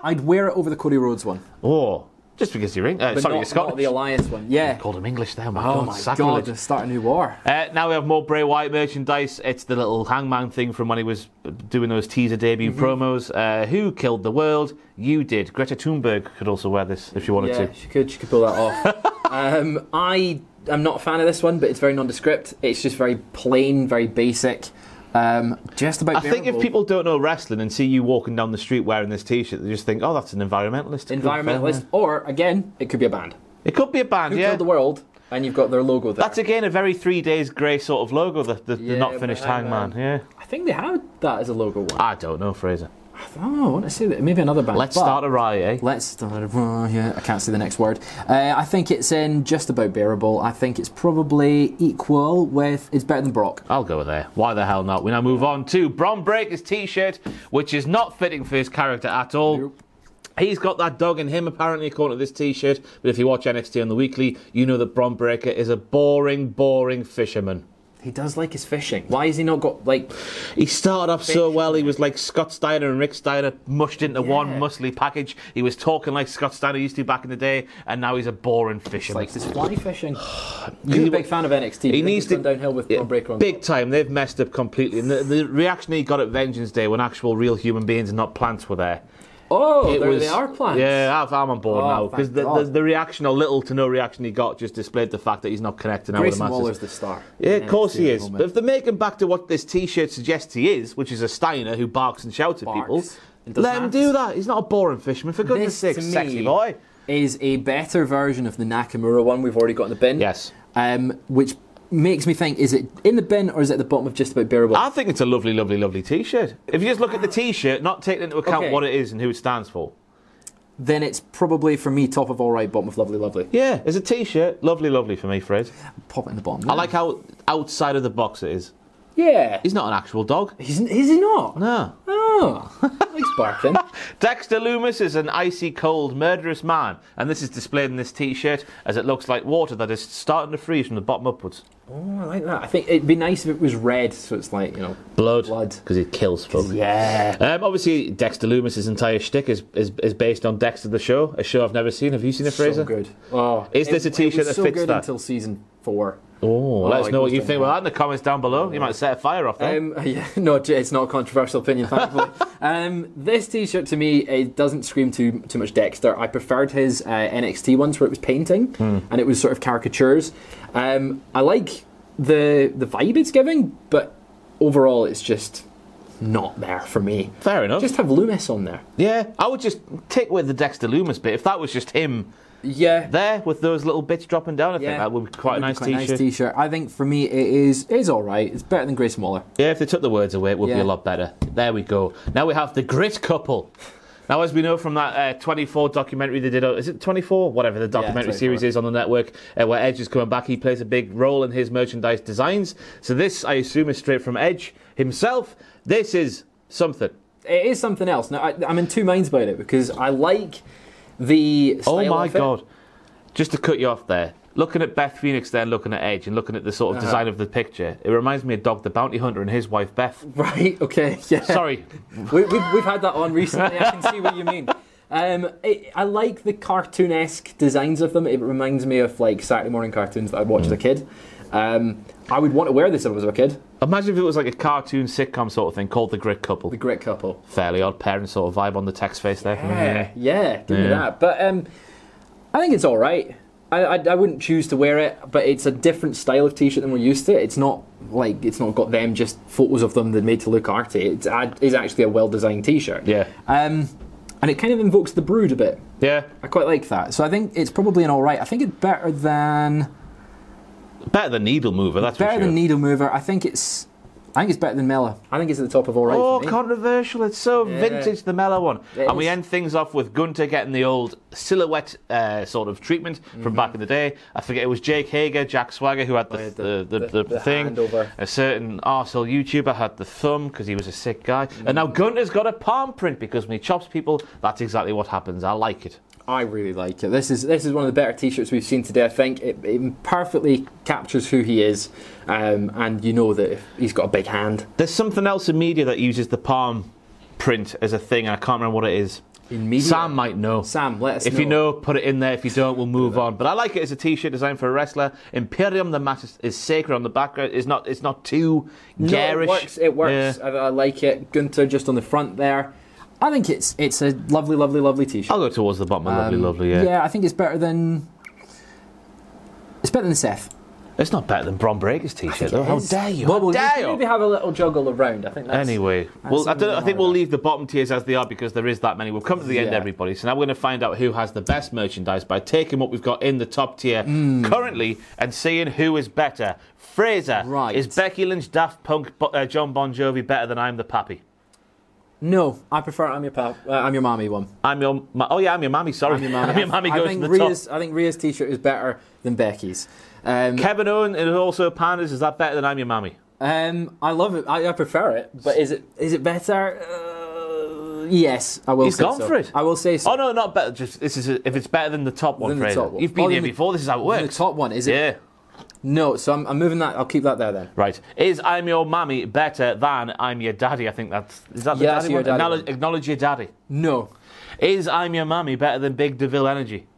I'd wear it over the Cody Rhodes one. or Oh, just because you're Eng- uh, But sorry, not, you're Scottish. not the Alliance one. Yeah. Called him English there. My Oh God, my sacrilege. god, start a new war. Uh, now we have more Bray Wyatt merchandise. It's the little hangman thing from when he was doing those teaser debut Mm-hmm. promos. Uh, who killed the world? You did. Greta Thunberg could also wear this if she wanted Yeah, to. she could she could pull that off. um, I I'm not a fan of this one, but it's very nondescript. It's just very plain, very basic. Um, just about. I think if bearable. people don't know wrestling and see you walking down the street wearing this T-shirt, they just think, "Oh, that's an environmentalist." Good environmentalist, fella. or again, it could be a band. It could be a band. Who yeah, killed the world? And you've got their logo there. that's again a very Three Days Grey sort of logo. The, the, the Yeah, not finished but Hangman. Hangman. Yeah, I think they had that as a logo one. I don't know, Fraser. Oh, I want to say that maybe another band. Let's but- start a riot. Eh? Let's start. a- oh, yeah, I can't say the next word. Uh, I think it's in just about bearable. I think it's probably equal with. It's better than Brock. I'll go there. Why the hell not? We now move on to Bron Breaker's T-shirt, which is not fitting for his character at all. He's got that dog in him, apparently, according to this T-shirt. But if you watch NXT on the weekly, you know that Bron Breaker is a boring, boring fisherman. He does like his fishing. Why has he not got like? He started off so well. He was like Scott Steiner and Rick Steiner mushed into one muscly package. He was talking like Scott Steiner used to back in the day, and now he's a boring fisherman. Like this fly fishing. You're a big fan of NXT. but I He think needs it's to gone downhill with yeah, Bron Breaker on big time. They've messed up completely. And the, the reaction he got at Vengeance Day when actual real human beings and not plants were there. Oh, there was- they are plants. Yeah, I've- I'm on board Oh, now because thank the, the, God. the reaction or little to no reaction he got just displayed the fact that he's not connecting now with the Grayson masses. Waller's the star. Yeah, of course NXT he at the is. moment. But if they make him back to what this T-shirt suggests he is, which is a Steiner who barks and shouts at people, Barks and does let him maths. do that. He's not a boring fisherman, for goodness sake, This to me sexy boy. is a better version of the Nakamura one we've already got in the bin. Yes. Um, which makes me think: is it in the bin or is it at the bottom of just about bearable? I think it's a lovely, lovely, lovely T-shirt. If you just look at the T-shirt, not taking into account Okay. what it is and who it stands for. then it's probably for me top of all right, bottom of lovely, lovely. Yeah, it's a T-shirt. Lovely, lovely for me, Fred. Pop it in the bottom. I like how outside of the box it is. Yeah. He's not an actual dog. He's, is he not? No. Oh, he's barking. Dexter Loomis is an icy cold murderous man, and this is displayed in this T-shirt as it looks like water that is starting to freeze from the bottom upwards. Oh, I like that. I think it'd be nice if it was red, so it's like you know. Blood. Blood. Because it kills folk. Yeah. Um, obviously, Dexter Loomis's entire shtick is, is, is based on Dexter the Show, a show I've never seen. Have you seen it, Fraser? So good. Oh, Is this a it- it T-shirt was that so fits good that? until season four? Oh, let us it know what goes you down think about that in the comments down below. You might set a fire off there. Um, yeah, no, it's not a controversial opinion, thankfully. um, this T-shirt to me, it doesn't scream too too much Dexter. I preferred his uh, NXT ones where it was painting Hmm. and it was sort of caricatures. Um, I like the the vibe it's giving, but overall, it's just not there for me. Fair enough. Just have Loomis on there. yeah, I would just tick with the Dexter Loomis bit. If that was just him Yeah. there with those little bits dropping down, I think yeah. that would be quite a That nice would be T-shirt. T-shirt. I think for me, it is it is all right. It's better than Grace Waller. Yeah, if they took the words away, it would be Yeah. a lot better. There we go. Now we have the grit couple. Now, as we know from that uh, 24 documentary they did, on- is it 24? Whatever the documentary 24. series is on the network, uh, where Edge is coming back, he plays a big role in his merchandise designs. So this, I assume, is straight from Edge himself. This is something. it is something else. Now I, I'm in two minds about it because I like the. Style oh my of it. god! Just to cut you off there, looking at Beth Phoenix, there, looking at Edge, and looking at the sort of design of the picture, it reminds me of Dog the Bounty Hunter and his wife Beth. Right. Okay. Yeah. Sorry, we, we've, we've had that on recently. I can see what you mean. Um, it, I like the cartoon-esque designs of them. It reminds me of like Saturday morning cartoons that I'd watch as a kid. Um, I would want to wear this if I was a kid. imagine if it was like a cartoon sitcom sort of thing called The Grit Couple. The great couple. fairly odd parent sort of vibe on the text face there. for me. Yeah, yeah, give me Yeah. that. But um, I think it's all right. I, I, I wouldn't choose to wear it, but it's a different style of t-shirt than we're used to. It's not like it's not got them just photos of them that made to look arty. It's, uh, it's actually a well-designed t-shirt. Yeah. Um, and it kind of invokes the brood a bit. Yeah. I quite like that. So I think it's probably an all right. I think it's better than Better than Needle Mover, that's better for sure. than Needle Mover. I think it's I think it's better than Mela. I think it's at the top of all right. Oh, for me. controversial. It's so vintage, the mellow one. It and we is. end things off with Gunter getting the old silhouette uh, sort of treatment from back in the day. I forget it was Jake Hager, Jack Swagger, who had the, Mm-hmm. Oh, yeah, the, the, the- the, the- the thing. hand over. A certain arsehole YouTuber had the thumb because he was a sick guy. And Mm. now Gunter's got a palm print because when he chops people, that's exactly what happens. I like it. I really like it. This is this is one of the better T-shirts we've seen today. I think it, it perfectly captures who he is, um, and you know that if he's got a big hand. There's something else in media that uses the palm print as a thing, and I can't remember what it is. In media? Sam might know. Sam, let us If know. you know, put it in there. If you don't, we'll move on. But I like it as a T-shirt designed for a wrestler. Imperium, the mat is, is sacred on the background. It's not. It's not too No, garish. it works. It works. Yeah. I, I like it. Gunther just on the front there. I think it's it's a lovely, lovely, lovely T-shirt. I'll go towards the bottom. of lovely, Um, lovely. Yeah. I think it's better than it's better than Seth. It's not better than Bron Breaker's t-shirt, though. How dare you? Well, How we'll dare you? maybe have a little juggle around. I think. That's, Anyway, well, I, don't, I think we'll leave the bottom tiers as they are because there is that many. We've come to the end, Yeah. everybody. So now we're going to find out who has the best merchandise by taking what we've got in the top tier Mm. currently and seeing who is better. Fraser, Right. is Becky Lynch, Daft Punk, Bo- uh, John Bon Jovi better than I'm the Pappy? No, I prefer I'm your pal. Uh, I'm your mommy one. I'm your. Ma- oh yeah, I'm your mammy. Sorry, I'm your mommy. mammy I goes in think the Rhea's, top. I think Rhea's t-shirt is better than Becky's. Um, Kevin Owen and also Pandas. Is that better than I'm your mammy? um, I love it. I, I prefer it. But is it is it better? Uh, yes, I will. He's say gone so. for it. I will say so. Oh no, not better. Just this is if it's better than the top one, Than the Fraser. top one. You've been Oh, here than the- before. This is how it than works. the top one, is it? Yeah. No, so I'm, I'm moving that. I'll keep that there then. Right. Is I'm your mummy better than I'm your daddy? I think that's. Is that the Yeah, daddy, that's your one? daddy Acknowledge, one. acknowledge your daddy. No, Is I'm your mummy better than Big Deville Energy?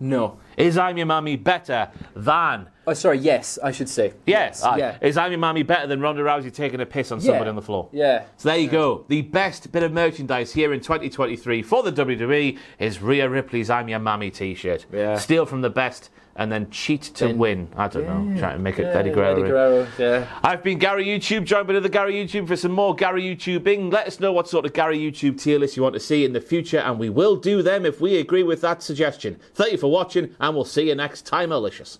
no. Is I'm your mummy better than. Oh, sorry. Yes, I should say. Yes. aye. yeah. Is I'm your mummy better than Ronda Rousey taking a piss on somebody Yeah. on the floor? Yeah. So there you go. The best bit of merchandise here in 2023 for the WWE is Rhea Ripley's I'm Your Mammy t-shirt. Yeah. Steal from the best and then cheat to Then- win. I don't know. Trying to make it Eddie Yeah, Guerrero. Eddie Guerrero. Yeah. I've been Gary YouTube. Join me another Gary YouTube for some more Gary YouTubing. Let us know what sort of Gary YouTube tier list you want to see in the future, and we will do them if we agree with that suggestion. Thank you for watching, and we'll see you next time, Alicious.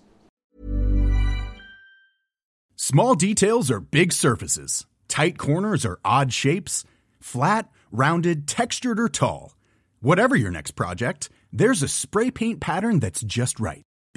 Small details are big surfaces. Tight corners are odd shapes. Flat, rounded, textured, or tall. Whatever your next project, there's a spray paint pattern that's just right.